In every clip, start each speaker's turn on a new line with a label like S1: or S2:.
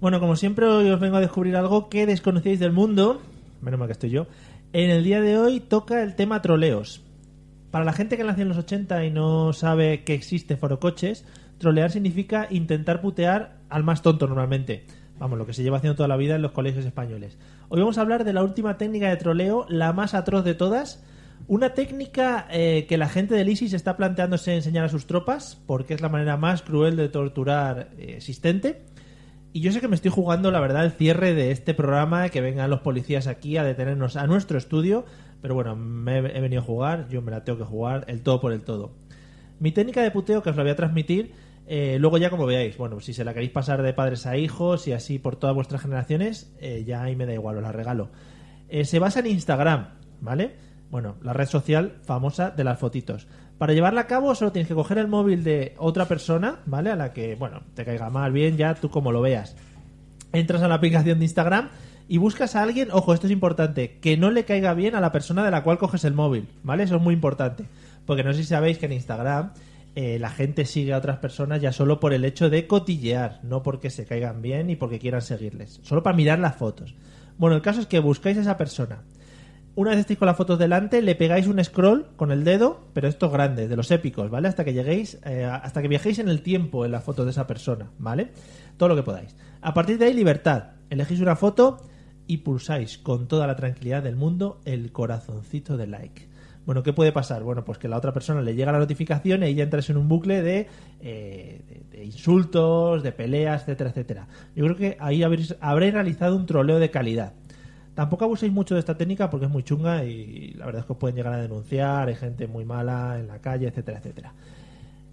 S1: Bueno, como siempre, hoy os vengo a descubrir algo que desconocíais del mundo. Menos mal que estoy yo. En el día de hoy toca el tema troleos. Para la gente que nació en los 80 y no sabe que existe Forocoches, trolear significa intentar putear al más tonto normalmente. Vamos, lo que se lleva haciendo toda la vida en los colegios españoles. Hoy vamos a hablar de la última técnica de troleo, la más atroz de todas. Una técnica eh, que la gente del ISIS está planteándose enseñar a sus tropas, porque es la manera más cruel de torturar eh, existente. Y yo sé que me estoy jugando, la verdad, el cierre de este programa, que vengan los policías aquí a detenernos a nuestro estudio, pero bueno, me he venido a jugar, yo me la tengo que jugar, el todo por el todo. Mi técnica de puteo, que os la voy a transmitir, eh, luego ya como veáis, bueno, si se la queréis pasar de padres a hijos y así por todas vuestras generaciones, eh, ya ahí me da igual, os la regalo. Eh, se basa en Instagram, ¿vale? Bueno, la red social famosa de las fotitos. Para llevarla a cabo solo tienes que coger el móvil de otra persona, ¿vale? A la que, bueno, te caiga mal, bien, ya tú como lo veas. Entras a la aplicación de Instagram y buscas a alguien, ojo, esto es importante, que no le caiga bien a la persona de la cual coges el móvil, ¿vale? Eso es muy importante. Porque no sé si sabéis que en Instagram eh, la gente sigue a otras personas ya solo por el hecho de cotillear, no porque se caigan bien y porque quieran seguirles, solo para mirar las fotos. Bueno, el caso es que buscáis a esa persona. Una vez estéis con las fotos delante, le pegáis un scroll con el dedo, pero estos grandes, de los épicos, ¿vale? Hasta que lleguéis, eh, hasta que viajéis en el tiempo en las fotos de esa persona, ¿vale? Todo lo que podáis. A partir de ahí, libertad. Elegís una foto y pulsáis con toda la tranquilidad del mundo el corazoncito de like. Bueno, ¿qué puede pasar? Bueno, pues que la otra persona le llega la notificación y ella entras en un bucle de, eh, de, de insultos, de peleas, etcétera, etcétera. Yo creo que ahí habréis, habréis realizado un troleo de calidad. Tampoco abuséis mucho de esta técnica porque es muy chunga y la verdad es que os pueden llegar a denunciar, hay gente muy mala en la calle, etcétera, etcétera.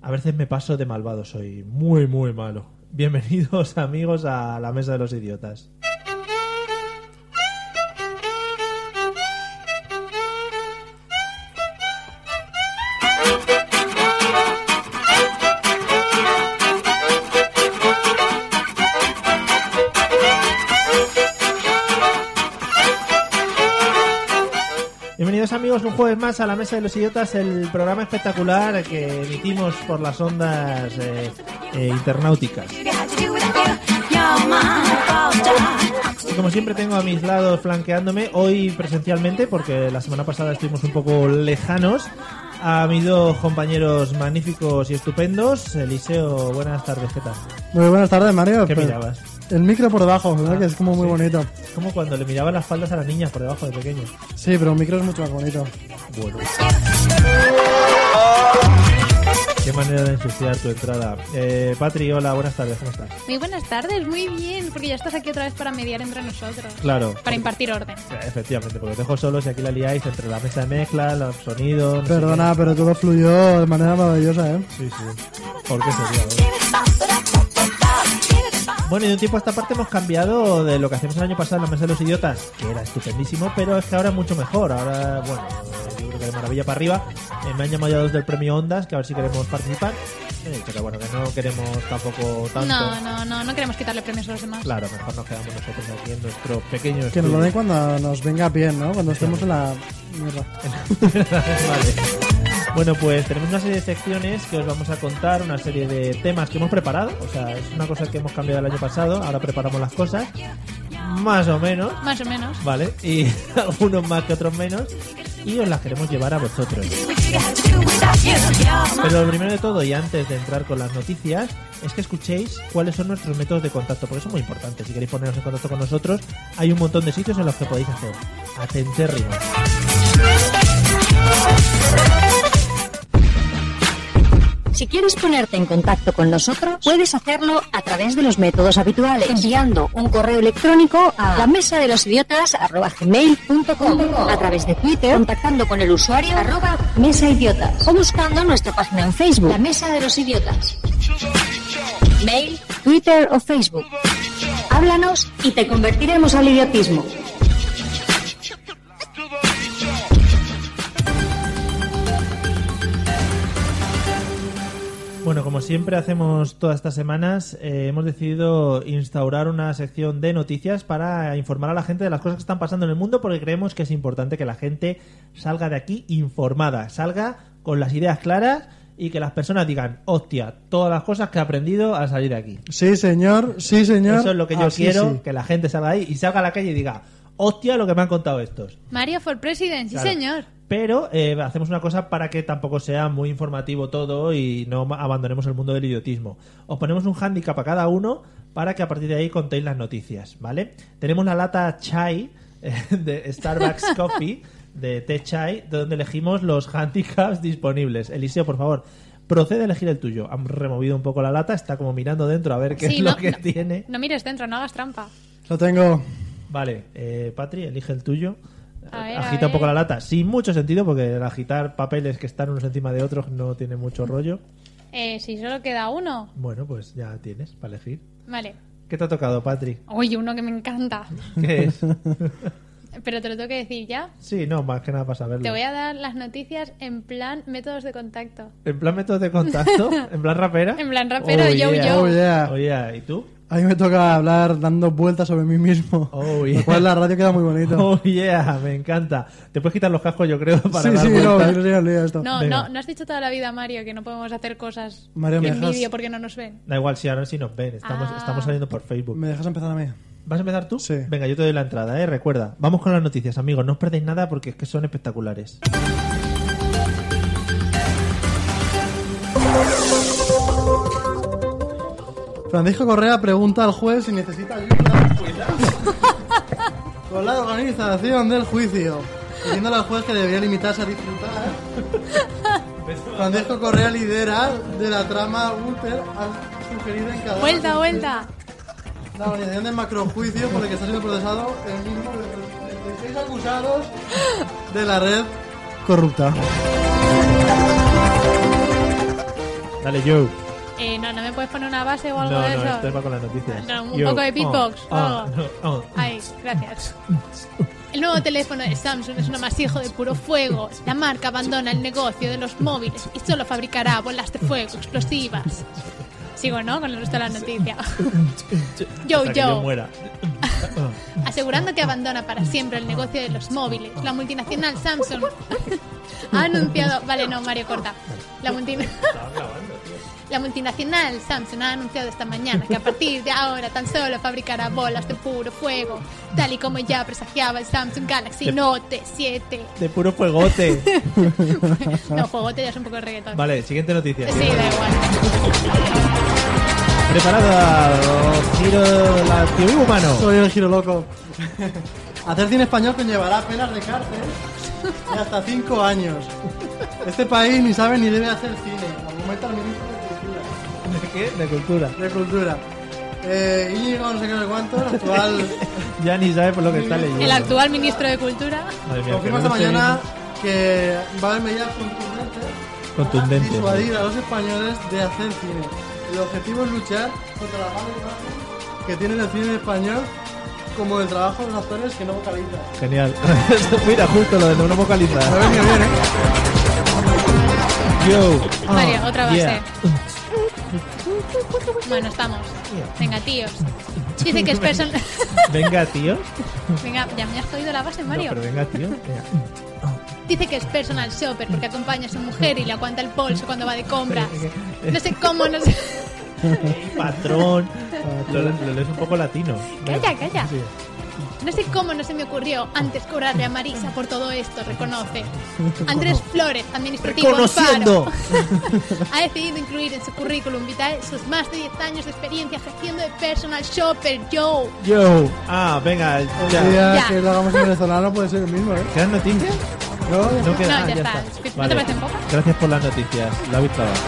S1: A veces me paso de malvado, soy muy, muy malo. Bienvenidos amigos a la Mesa de los Idiotas. Bienvenidos amigos un jueves más a la Mesa de los Idiotas, el programa espectacular que emitimos por las ondas eh, eh, internauticas. Y como siempre tengo a mis lados flanqueándome, hoy presencialmente, porque la semana pasada estuvimos un poco lejanos, a mis dos compañeros magníficos y estupendos. Eliseo, buenas tardes, ¿qué tal?
S2: Muy buenas tardes, Mario.
S1: ¿Qué
S2: Pues,
S1: mirabas?
S2: El micro por debajo, ¿verdad?
S1: Ah,
S2: que es como muy
S1: sí.
S2: bonito.
S1: Es como cuando le miraba las faldas a las niñas por debajo de pequeño.
S2: Sí, pero el micro es mucho más bonito.
S1: Bueno. Qué manera de ensuciar tu entrada. Eh, Patri, hola, buenas tardes, ¿cómo estás?
S3: Muy buenas tardes, muy bien, porque ya estás aquí otra vez para mediar entre nosotros.
S1: Claro.
S3: Para impartir orden.
S1: Eh, Efectivamente, porque os dejo solos y aquí la liáis entre la mesa de mezcla, los sonidos. no sé
S2: Perdona, pero todo fluyó de manera maravillosa, ¿eh?
S1: qué. Sí, sí. ¿Por qué sería? Bueno, y de un tiempo a esta parte hemos cambiado de lo que hacíamos el año pasado en la mesa de los idiotas, que era estupendísimo, pero es que ahora es mucho mejor. Ahora, bueno, yo creo que de maravilla para arriba. Eh, me han llamado ya dos del premio Ondas, que a ver si queremos participar. He dicho que bueno, que no queremos tampoco tanto.
S3: No, no, no, no queremos quitarle premios a los demás.
S1: Claro, mejor nos quedamos nosotros aquí en nuestro pequeño
S2: Que nos
S1: estudio.
S2: lo den cuando nos venga bien, ¿no? Cuando estemos en la... mierda.
S1: Vale. Bueno, pues tenemos una serie de secciones que os vamos a contar, una serie de temas que hemos preparado. O sea, es una cosa que hemos cambiado el año pasado, ahora preparamos las cosas, más o menos,
S3: Más o menos.
S1: ¿vale? Y algunos más que otros menos, y os las queremos llevar a vosotros. Pero lo primero de todo, y antes de entrar con las noticias, es que escuchéis cuáles son nuestros métodos de contacto, porque eso es muy importante. Si queréis poneros en contacto con nosotros, hay un montón de sitios en los que podéis hacer. Atentérrimos.
S4: Si quieres ponerte en contacto con nosotros, puedes hacerlo a través de los métodos habituales, enviando un correo electrónico a la mesa de los idiotas a través de Twitter, contactando con el usuario arroba mesa idiotas o buscando nuestra página en Facebook, la mesa de los idiotas. Mail, Twitter o Facebook. Háblanos y te convertiremos al idiotismo.
S1: Bueno, como siempre hacemos todas estas semanas, eh, hemos decidido instaurar una sección de noticias para informar a la gente de las cosas que están pasando en el mundo porque creemos que es importante que la gente salga de aquí informada, salga con las ideas claras y que las personas digan, hostia, todas las cosas que he aprendido al salir de aquí.
S2: Sí, señor, sí, señor.
S1: Eso es lo que yo
S2: Así
S1: quiero,
S2: Ah, sí.
S1: que la gente salga ahí y salga a la calle y diga, hostia, lo que me han contado estos.
S3: Mario for President, sí
S1: Claro.
S3: señor.
S1: Pero eh, hacemos una cosa para que tampoco sea muy informativo todo y no ma- abandonemos el mundo del idiotismo. Os ponemos un hándicap a cada uno para que a partir de ahí contéis las noticias, ¿vale? Tenemos la lata chai eh, de Starbucks Coffee, de té chai, donde elegimos los handicaps disponibles. Eliseo, por favor, procede a elegir el tuyo. Han removido un poco la lata, está como mirando dentro a ver qué
S3: Sí,
S1: es lo
S3: no,
S1: que
S3: no.
S1: tiene.
S3: No mires dentro, no hagas trampa.
S2: Lo tengo.
S1: Vale, eh, Patri, elige el tuyo.
S3: A ver,
S1: Agita
S3: a
S1: un poco la
S3: ver.
S1: lata, sin mucho sentido, porque el agitar papeles que están unos encima de otros no tiene mucho rollo.
S3: Eh, si solo queda uno.
S1: Bueno, pues ya tienes para elegir.
S3: Vale.
S1: ¿Qué te ha tocado, Patri?
S3: Oye, uno que me encanta.
S1: ¿Qué es?
S3: Pero te lo tengo que decir ya.
S1: sí, no, más que nada para saberlo.
S3: Te voy a dar las noticias en plan métodos de contacto.
S1: ¿En plan método de contacto? ¿En plan rapera?
S3: En plan rapero, yo, yo.
S2: Oh, yeah.
S1: Oye, ¿y tú?
S2: A mí me toca hablar dando vueltas sobre mí mismo.
S1: Oh, yeah.
S2: Lo cual la radio queda muy bonito.
S1: Oh, yeah, me encanta. Te puedes quitar los cascos, yo creo, para
S2: sí,
S1: dar
S2: sí, no,
S1: vueltas.
S2: no, no, no, esto.
S3: No,
S1: Venga.
S3: no, no has dicho toda la vida, Mario, que no podemos hacer cosas
S2: Mario, me
S3: en
S2: dejas-
S3: vídeo porque no nos ven.
S1: Da igual, si ahora sí nos ven, estamos,
S3: Ah.
S1: estamos saliendo por Facebook.
S2: ¿Me dejas empezar a mí?
S1: ¿Vas a empezar tú?
S2: Sí.
S1: Venga, yo te doy la entrada, ¿eh? Recuerda, vamos con las noticias, amigos. No os perdéis nada porque es que son espectaculares.
S2: Francisco Correa pregunta al juez si necesita ayuda con la organización del juicio, pidiéndole al juez que debería limitarse a disfrutar. Francisco Correa lidera de la trama Ulter ha sugerido en cada
S3: Vuelta, vuelta.
S2: la organización del macrojuicio por el que está siendo procesado el mismo de los 36 acusados de la red corrupta.
S1: Dale, Joe.
S3: Eh, no, no me puedes poner una base o
S1: No,
S3: algo
S1: no,
S3: de eso.
S1: esto va con las noticias.
S3: No, un
S1: Yo.
S3: poco de beatbox,
S1: Oh, oh,
S3: algo.
S1: no, oh.
S3: Ay, gracias. El nuevo teléfono de Samsung es un amasijo de puro fuego. La marca abandona el negocio de los móviles y solo fabricará bolas de fuego explosivas. Sigo, ¿no? Con el resto de la noticia. Yo,
S1: Hasta que
S3: yo.
S1: muera.
S3: Asegurando que abandona para siempre el negocio de los móviles, la multinacional Samsung ha anunciado... Vale, no, Mario, corta. La multinacional... La multinacional Samsung ha anunciado esta mañana que a partir de ahora tan solo fabricará bolas de puro fuego, tal y como ya presagiaba el Samsung Galaxy
S1: De-
S3: Note 7.
S1: De puro fuegote.
S3: No, juegote ya es un poco de reggaetón.
S1: vale, siguiente noticia.
S3: Sí, da igual.
S1: Preparada. Giro de la TV humano.
S2: Soy el giro loco. Hacer cine español conllevará penas de cárcel de hasta 5 años. Este país ni sabe ni debe hacer cine. Argumenta el ministro de
S1: ¿De
S2: Cultura.
S1: qué? De cultura.
S2: De Cultura. Eh, Íñigo, no sé qué, no sé cuánto, el actual.
S1: Ya ni sabe por lo que está leyendo.
S3: El actual ministro de Cultura.
S1: Madre mía, que
S2: Confirma esta
S1: no sé-
S2: mañana que va a haber medidas contundentes
S1: Contundentes.
S2: para disuadir a los españoles de hacer cine. El objetivo es luchar contra la mala imagen que tiene el cine español como el trabajo de los actores que no vocalizan.
S1: Genial. Mira, justo lo de no
S2: A
S1: vocalizar.
S2: ver, qué bien, ¿eh?
S1: Yo.
S3: Mario, otra base.
S1: Ah, yeah.
S3: Bueno, estamos. Venga, tíos. Dice que es persona...
S1: Venga, tío.
S3: Venga, ya me has jodido la base,
S1: No,
S3: Mario.
S1: pero venga, tío. Venga.
S3: Dice que es personal shopper porque acompaña a su mujer y le aguanta el bolso cuando va de compras. No sé cómo, no sé...
S1: Ey, patrón. Lo, lo lees un poco latino.
S3: Calla, calla.
S1: Sí.
S3: No sé cómo no se me ocurrió antes cobrarle a Marisa por todo esto, reconoce. Andrés Flores, administrativo
S1: Reconociendo.
S3: Amparo, ha decidido incluir en su currículum vitae sus más de 10 años de experiencia ejerciendo de personal shopper. Yo,
S1: Yo. Ah, venga.
S2: El
S1: Ya.
S2: día
S3: Ya.
S2: que lo hagamos en venezolano puede ser el mismo, ¿eh?
S1: ¿Quedan noticias?
S2: No, ya
S1: No,
S2: está.
S1: queda-
S3: No,
S1: ah,
S3: ya está. ¿No te parecen pocas?
S1: Gracias por las noticias. La habéis clavado.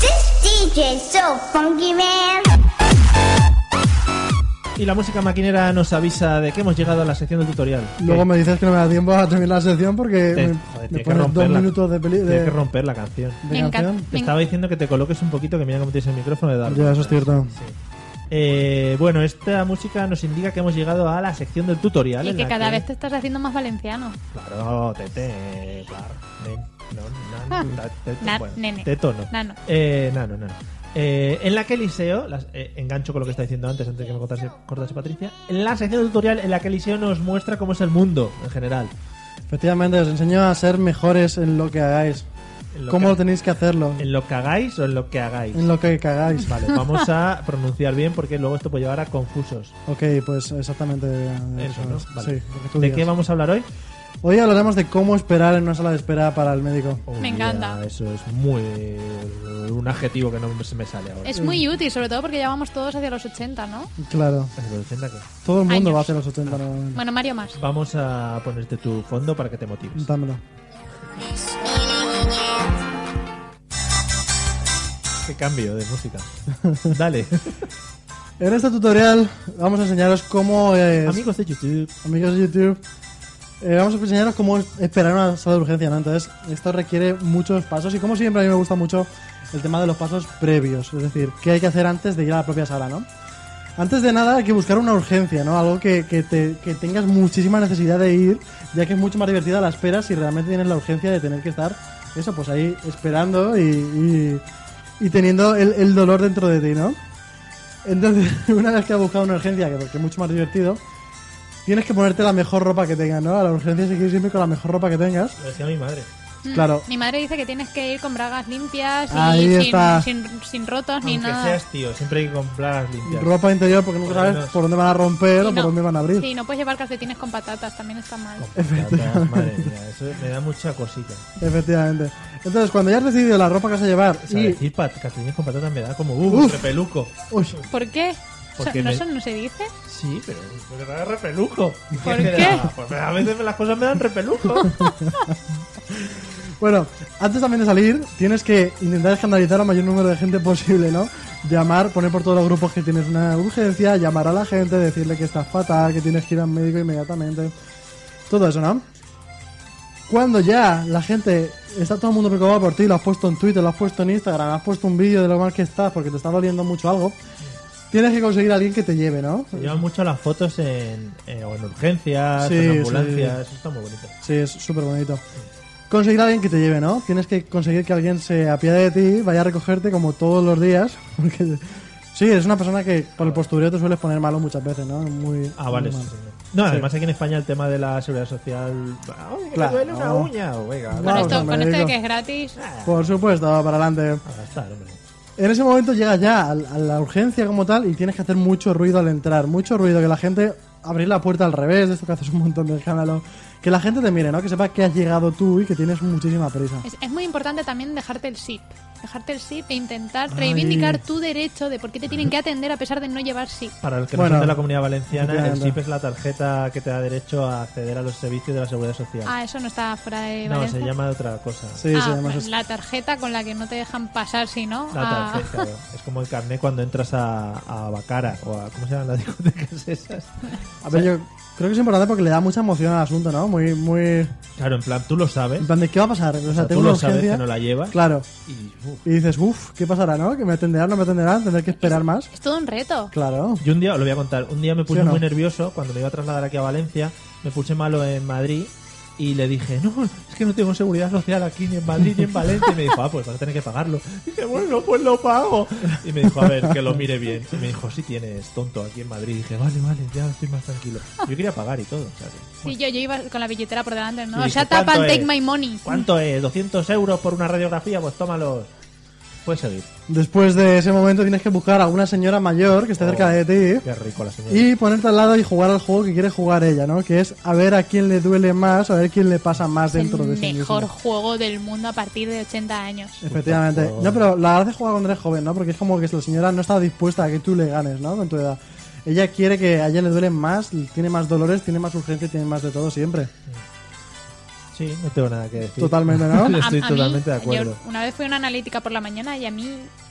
S5: This DJ's so funky, man.
S1: Y la música maquinera nos avisa de que hemos llegado a la sección del tutorial.
S2: Luego me dices que no me da tiempo a terminar la sección porque
S1: Te-
S2: me,
S1: joder,
S2: me
S1: tienes que
S2: pones dos
S1: romperla.
S2: minutos de peli
S1: Tienes que
S2: de,
S1: romper la canción.
S2: de
S3: Me encanta.
S2: canción.
S1: Te
S3: Me-
S1: estaba diciendo que te coloques un poquito, que mira cómo tienes el micrófono de dar.
S2: Ya, eso es cierto.
S1: Eh, bueno, esta música nos indica que hemos llegado a la sección del tutorial.
S3: Y
S1: en
S3: que
S1: la
S3: cada vez te estás haciendo más valenciano.
S1: Claro, tete, claro. nen, no, nan,
S3: Ah.
S1: na, teto,
S3: Na-
S1: bueno,
S3: nene.
S1: Teto no.
S3: Nano.
S1: Eh, nano, nano. Eh, en la que Eliseo, las- eh, engancho con lo que está diciendo antes, antes de que me cortase, cortase Patricia, en la sección del tutorial en la que Eliseo nos muestra cómo es el mundo en general.
S2: Efectivamente, os enseño a ser mejores en lo que hagáis.
S1: En lo
S2: ¿Cómo
S1: que-
S2: lo tenéis que hacerlo?
S1: ¿En lo que hagáis o en lo que hagáis?
S2: En lo que cagáis.
S1: Vale, vamos a pronunciar bien porque luego esto puede llevar a confusos.
S2: Ok, pues exactamente.
S1: Eso,
S2: eso
S1: ¿no?
S2: es.
S1: Vale.
S2: Sí, lo que tú
S1: ¿De
S2: digas.
S1: qué vamos a hablar hoy?
S2: Hoy hablaremos de cómo esperar en una sala de espera para el médico.
S1: Oh,
S3: Me
S1: yeah,
S3: encanta.
S1: Eso es muy. un adjetivo que no se me sale ahora.
S3: Es
S2: Mm.
S3: muy útil, sobre todo porque ya vamos todos hacia los 80, ¿no?
S2: Claro.
S1: Pero entienda que-
S2: Todo el mundo
S3: Años.
S2: va hacia los 80 normalmente.
S3: Bueno, Mario más.
S1: Vamos a ponerte tu fondo para que te motives.
S2: Dámelo.
S1: Qué cambio de música. Dale.
S2: En este tutorial vamos a enseñaros cómo es-
S1: Amigos de YouTube.
S2: amigos de YouTube, eh, vamos a enseñaros cómo es esperar en una sala de urgencia, ¿no? Entonces, esto requiere muchos pasos y como siempre a mí me gusta mucho el tema de los pasos previos, es decir, qué hay que hacer antes de ir a la propia sala, ¿no? Antes de nada hay que buscar una urgencia, ¿no? Algo que, que te- que tengas muchísima necesidad de ir, ya que es mucho más divertida la espera si realmente tienes la urgencia de tener que estar, eso, pues ahí esperando y, y- y teniendo el, el dolor dentro de ti, ¿no? Entonces, una vez que has buscado una urgencia, que porque es mucho más divertido, tienes que ponerte la mejor ropa que tengas, ¿no? A la urgencia hay que ir siempre con la mejor ropa que tengas.
S1: Lo decía mi madre.
S3: Mm,
S2: Claro.
S3: Mi madre dice que tienes que ir con bragas limpias
S2: Ahí
S3: y sin,
S2: está.
S3: sin, sin rotos ni
S1: Aunque
S3: nada.
S1: seas tío, siempre hay que comprar limpias.
S2: Ropa interior porque nunca
S1: Por lo
S2: sabes
S1: menos.
S2: por dónde van a
S3: Sí,
S2: romper o por
S3: no.
S2: dónde van a abrir.
S3: Sí, no puedes llevar calcetines con patatas, también está mal.
S1: Compradas, Madre mía, eso me da mucha cosita.
S2: Efectivamente. Entonces, cuando ya has decidido la ropa que vas a llevar
S1: O sea,
S2: y...
S1: decir pat- calcetines con patatas me da como uh,
S2: Uf.
S1: repeluco.
S2: Uy,
S3: ¿Por qué?
S1: Porque
S3: So- ¿No,
S1: me-
S3: eso no se dice?
S1: Sí, pero me da repeluco.
S3: ¿Por
S1: me
S3: qué?
S1: da? Pues a veces las cosas me dan repeluco.
S2: Bueno, antes también de salir, tienes que intentar escandalizar al mayor número de gente posible, ¿no? Llamar, poner por todos los grupos que tienes una urgencia, llamar a la gente, decirle que estás fatal, que tienes que ir al médico inmediatamente. Todo eso, ¿no? Cuando ya la gente está todo el mundo preocupado por ti, lo has puesto en Twitter, lo has puesto en Instagram, has puesto un vídeo de lo mal que estás porque te está doliendo mucho algo, tienes que conseguir a alguien que te lleve, ¿no?
S1: Se llevan mucho las fotos en, eh, o en urgencias,
S2: Sí,
S1: o en
S2: sí.
S1: ambulancias. Eso está muy bonito.
S2: Sí, es súper bonito. Conseguir a alguien que te lleve, ¿no? Tienes que conseguir que alguien se apiade de ti, vaya a recogerte como todos los días. Porque sí, es una persona que por el postureo te sueles poner malo muchas veces, ¿no? Muy,
S1: Ah, vale.
S2: muy
S1: sí,
S2: mal.
S1: señor. No, además aquí en España el tema de la seguridad social. Ay, que me
S2: Claro.
S1: duele una uña. Oiga,
S2: Bueno,
S3: Con
S1: vamos
S2: Claro,
S3: esto,
S2: no,
S3: con
S2: me
S3: esto de
S2: digo. Ah.
S3: que es gratis.
S2: Por supuesto, para adelante.
S1: a gastar, hombre.
S2: En ese momento llegas ya al- a la urgencia como tal y tienes que hacer mucho ruido al entrar, mucho ruido, que la gente abrir la puerta al revés, de esto que haces un montón de escándalo, que la gente te mire, ¿no? Que sepa que has llegado tú y que tienes muchísima prisa.
S3: Es, es muy importante también dejarte el SIP. Dejarte el SIP e intentar
S2: Ay.
S3: reivindicar tu derecho de por qué te tienen que atender a pesar de no llevar SIP.
S1: Para el que no
S2: Bueno,
S1: son de la comunidad valenciana, el
S2: efectivamente.
S1: SIP es la tarjeta que te da derecho a acceder a los servicios de la seguridad social.
S3: Ah, eso no está fuera de
S1: no,
S3: Valencia.
S1: se llama de otra cosa.
S2: Sí,
S3: Ah,
S2: se llama
S3: pues
S2: eso.
S3: la tarjeta con la que no te dejan pasar, si no.
S1: La
S3: ah.
S1: tarjeta. Es como el carnet cuando entras a, a Bacara o a. ¿Cómo se llaman las discotecas esas?
S2: A ver, yo creo que es importante porque le da mucha emoción al asunto, ¿no? Muy, muy.
S1: Claro, en plan, tú lo sabes.
S2: En plan, ¿de qué va a pasar? O sea,
S1: O sea, tú
S2: tengo una
S1: lo sabes
S2: urgencia.
S1: que no la llevas.
S2: Claro.
S1: Y, uf.
S2: Y dices, uff, ¿qué pasará, no? ¿Que me atenderán, no me atenderán? ¿Tendré que esperar más?
S3: Es todo un reto.
S2: Claro.
S1: Yo un día, lo voy a contar, un día me puse
S2: ¿Sí o no?
S1: muy nervioso cuando me iba a trasladar aquí a Valencia, me puse malo en Madrid y le dije, no, es que no tengo seguridad social aquí ni en Madrid ni en Valencia. Y me dijo, ah, pues vas a tener que pagarlo. Y dije, bueno, pues lo pago. Y me dijo, a ver, que lo mire bien. Y me dijo, sí tienes, tonto, aquí en Madrid. Y dije, vale, vale, ya estoy más tranquilo. Yo quería pagar y todo. o sea, que-
S3: Sí, yo, yo iba con la billetera por delante,
S1: Y
S3: ¿no?
S1: dije,
S3: Shut up and
S1: "¿Cuánto
S3: take
S1: es?
S3: my money.
S1: ¿Cuánto es? ¿200 euros por una radiografía? Pues tómalos. Puedes seguir.
S2: Después de ese momento tienes que buscar a una señora mayor que esté
S1: Oh.
S2: cerca de ti
S1: Qué rico la señora.
S2: y ponerte al lado y jugar al juego que quiere jugar ella, ¿no? Que es a ver a quién le duele más, a ver quién le pasa más
S3: Es
S2: dentro de
S3: el
S2: sí mismo.
S3: mejor juego del mundo a partir de 80 años.
S2: Efectivamente. No, pero la gracia es jugar cuando eres joven, ¿no? Porque es como que la señora no está dispuesta a que tú le ganes, ¿no? Con tu edad. Ella quiere que a ella le duelen más, tiene más dolores, tiene más urgencia, tiene más de todo siempre.
S1: Sí, no tengo nada que decir.
S2: Totalmente, ¿no?
S1: Yo
S3: A-
S1: estoy
S3: a mí,
S1: totalmente de acuerdo.
S3: yo una vez fui a una analítica por la mañana y a mí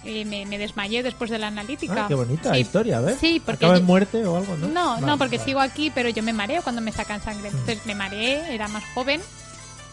S3: eh, me, me desmayé después de la analítica.
S1: Ah, qué bonita
S3: Sí.
S1: historia, ¿ves?
S3: Sí, porque.
S1: ¿Acaba
S3: yo-
S1: en muerte o algo, no?
S3: no, no,
S1: Vale,
S3: porque
S1: vale.
S3: sigo aquí, pero yo me mareo cuando me sacan sangre. Entonces me mareé, era más joven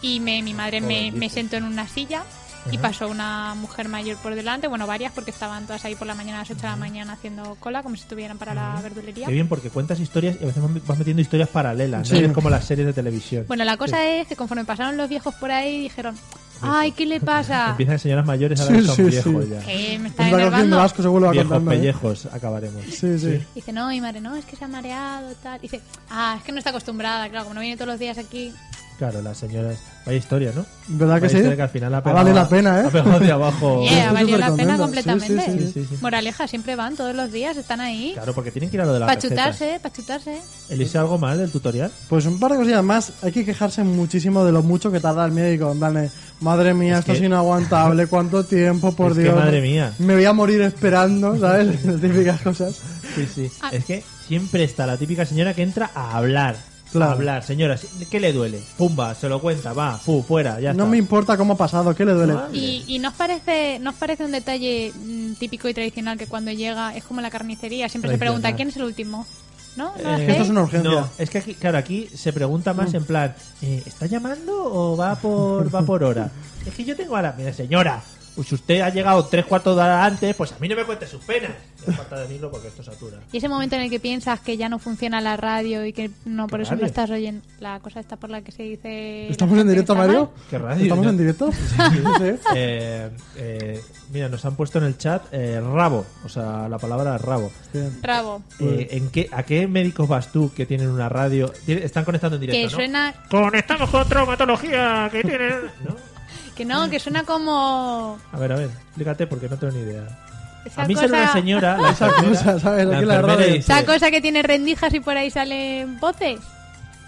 S3: y me, mi madre me,
S1: Jovencito.
S3: me sentó en una silla y pasó una mujer mayor por delante, bueno, varias, porque estaban todas ahí por la mañana a las 8 de la mañana haciendo cola, como si estuvieran para la verdulería.
S1: Qué bien, porque cuentas historias y a veces vas metiendo historias paralelas, ¿no?
S2: Sí.
S1: Es como las series de televisión.
S3: Bueno, la cosa es que conforme pasaron los viejos por ahí, dijeron, ay, ¿qué le pasa?
S1: Empiezan señoras mayores ahora que
S2: Sí,
S1: son
S2: sí,
S1: viejos
S2: sí.
S1: ya.
S3: Que me está
S2: Va cogiendo
S3: enervando.
S2: asco, se vuelve a
S1: Viejos
S2: contando. ¿eh?
S1: pellejos acabaremos.
S2: Sí, sí.
S3: Dice, no, mi madre, no, es que se ha mareado, tal. Dice, ah, es que no está acostumbrada, claro, como no viene todos los días aquí.
S1: Claro, las señoras. Vaya historia, ¿no?
S2: ¿Verdad
S1: Vaya
S2: que sí?
S1: historia que al final ha pegado,
S2: vale la pena, ¿eh?
S1: Ha pegado de abajo.
S3: Yeah,
S2: estoy
S3: valió la pena
S2: supercontento.
S3: completamente.
S2: Sí, sí, sí,
S1: sí, sí.
S3: Moraleja, siempre van todos los días, están ahí.
S1: Claro, porque tienen que ir a lo de la
S3: Para
S1: receta.
S3: chutarse, para chutarse.
S1: ¿Elise algo mal del tutorial?
S2: Pues un par de cosillas más. Hay que quejarse muchísimo de lo mucho que tarda el médico. En plan, de, madre mía,
S1: Es
S2: esto
S1: que-
S2: es inaguantable. ¿Cuánto tiempo, por
S1: Es que
S2: Dios?
S1: madre mía.
S2: Me voy a morir esperando, ¿sabes? Las típicas cosas.
S1: Sí, sí.
S3: Ah.
S1: Es que siempre está la típica señora que entra a hablar.
S2: Claro.
S1: A hablar. Señora, ¿qué le duele? Pumba, se lo cuenta, va, fu, fuera, ya
S2: No
S1: está.
S2: me importa cómo ha pasado, ¿qué le duele?
S1: Ah.
S3: Y, y nos parece nos parece un detalle mm, típico y tradicional que cuando llega es como en la carnicería, siempre se
S1: Tradicional.
S3: pregunta quién es el último. ¿No? ¿No lo
S1: Eh,
S3: hacéis?
S2: Esto es una urgencia.
S1: No, es que aquí, claro, aquí se pregunta más en plan, eh, ¿está llamando o va por va por hora? Es que yo tengo a la... Mira, señora, pues usted ha llegado tres cuartos de hora antes, pues a mí no me cuente sus penas. No falta decirlo porque esto satura.
S3: Y ese momento en el que piensas que ya no funciona la radio y que no por
S1: ¿Qué
S3: eso
S1: radio?
S3: no estás oyendo la cosa está por la que se dice...
S2: ¿Estamos en directo, Mario?
S1: Qué radio,
S2: ¿Estamos
S1: ¿no?
S2: en directo? Sí.
S1: Eh, eh, mira, nos han puesto en el chat eh, rabo, o sea, la palabra rabo.
S2: Bien.
S3: Bravo.
S2: Pues
S1: Eh, ¿en qué, ¿A qué médicos vas tú que tienen una radio? Tiene- Están conectando en
S3: Que
S1: directo, ¿no?
S3: suena...
S1: Conectamos con traumatología que tienen... ¿No?
S3: Que no, que suena como...
S1: A ver, a ver, explícate porque no tengo ni idea.
S3: esa
S1: A mí
S3: cosa-
S1: sale una señora, la
S2: Esa
S1: enfermera,
S2: cosa, ¿sabes?
S1: la
S2: Aquí la
S1: enfermera
S2: radio.
S1: y dice,
S3: Esa cosa que tiene rendijas y por ahí salen voces.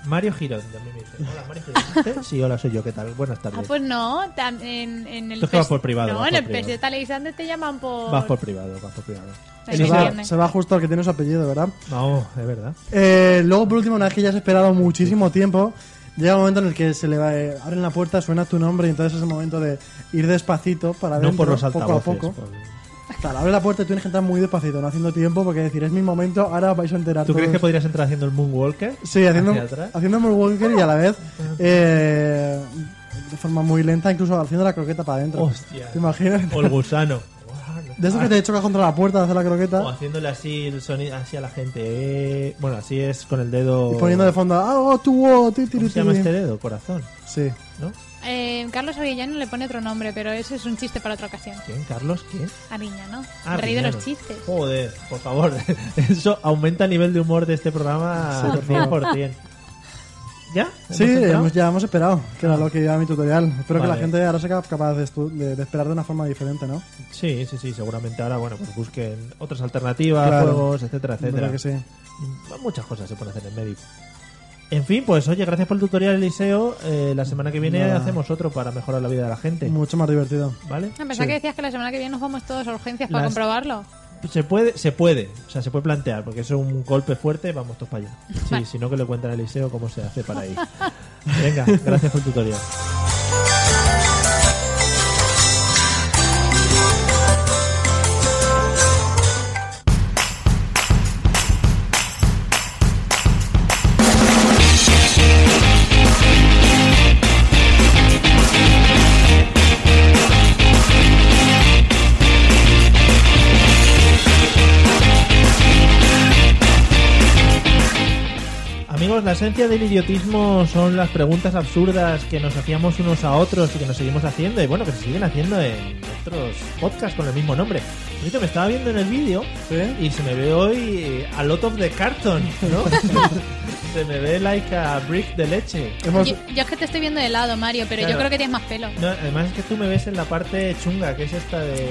S1: Mario Girón, también me dice, hola Mario Girón, ¿usted? Sí, hola, soy yo, ¿qué tal? Buenas tardes.
S3: Ah, pues no, tam- en, en el...
S1: Esto es que va
S3: pes-
S1: por privado,
S3: No,
S1: va
S3: en
S1: por
S3: el
S1: privado.
S3: PST Alexander te llaman por...
S1: Vas por privado, vas por privado.
S3: Ahí
S2: Se
S3: me
S2: va,
S3: entiende.
S2: se va justo al que tiene su apellido, ¿verdad?
S1: No, es verdad.
S2: Eh, luego, por último, una vez que ya has esperado muchísimo tiempo, llega un momento en el que se le va, eh, abren la puerta, suena tu nombre y entonces es el momento de ir despacito para
S1: No
S2: dentro,
S1: por los
S2: poco a
S1: altavoces.
S2: poco.
S1: por-
S2: Claro, abre la puerta y tienes que entrar muy despacito, no haciendo tiempo, porque decir, es mi momento, ahora os vais a enterar
S1: ¿Tú
S2: todos".
S1: crees que podrías entrar haciendo el Moonwalker?
S2: Sí, haciendo,
S1: hacia atrás?
S2: haciendo Moonwalker y a la vez eh, de forma muy lenta, incluso haciendo la croqueta para adentro.
S1: Hostia.
S2: ¿Te imaginas?
S1: O el gusano.
S2: De eso que te chocas contra la puerta de hacer la
S1: O
S2: croqueta
S1: haciéndole así el sonido así a la gente. eh, Bueno, así es con el dedo.
S2: y poniendo de fondo, ah, oh, tu, oh, ti, ti,
S1: ¿Cómo
S2: ti,
S1: se llama
S2: ti".
S1: este dedo? Corazón,
S2: Sí.
S1: ¿no?
S3: Eh, Carlos Arellano le pone otro nombre, pero eso es un chiste para otra ocasión.
S1: ¿Quién? ¿Carlos? ¿Quién?
S3: Ariñano.
S1: Ah,
S3: El Rey de
S1: Riñano.
S3: los chistes.
S1: Joder, por favor. Eso aumenta el nivel de humor de este programa
S2: Sí, por favor.
S1: 100%. ¿Ya? ¿Hemos
S2: Sí,
S1: entrado?
S2: hemos- ya hemos esperado, que era lo que iba mi tutorial. Espero que la
S1: Ah. Vale.
S2: gente ahora sea capaz de, estu- de- de esperar de una forma diferente, ¿no?
S1: Sí, sí, sí. Seguramente ahora, bueno, pues busquen otras alternativas,
S2: Claro.
S1: juegos, etcétera, etcétera.
S2: Verdad que sí.
S1: Mm, Muchas cosas se pueden hacer en médico. En fin, pues oye, gracias por el tutorial, Eliseo. Eh, la semana que viene
S2: Nada.
S1: hacemos otro para mejorar la vida de la gente.
S2: Mucho más divertido.
S1: ¿Vale?
S3: Ah, pensaba
S2: Sí.
S3: que decías que la semana que viene nos vamos todos a urgencias para
S1: Las-
S3: comprobarlo.
S1: Se puede, se puede, o sea, se puede plantear, porque eso es un golpe fuerte, vamos todos para allá. Sí, si no que le cuenten a Eliseo cómo se hace para ir. Venga, gracias por el tutorial. Amigos, la esencia del idiotismo son las preguntas absurdas que nos hacíamos unos a otros y que nos seguimos haciendo, y bueno, que se siguen haciendo en otros podcasts con el mismo nombre. Por cierto, me estaba viendo en el vídeo
S2: ¿Sí?
S1: y se me ve hoy eh, a lot of the carton, ¿no? se me ve like a brick de leche.
S2: Hemos-
S3: Yo, yo es que te estoy viendo de lado, Mario, pero
S1: Claro.
S3: yo creo que tienes más pelo.
S1: No, además es que tú me ves en la parte chunga, que es esta de...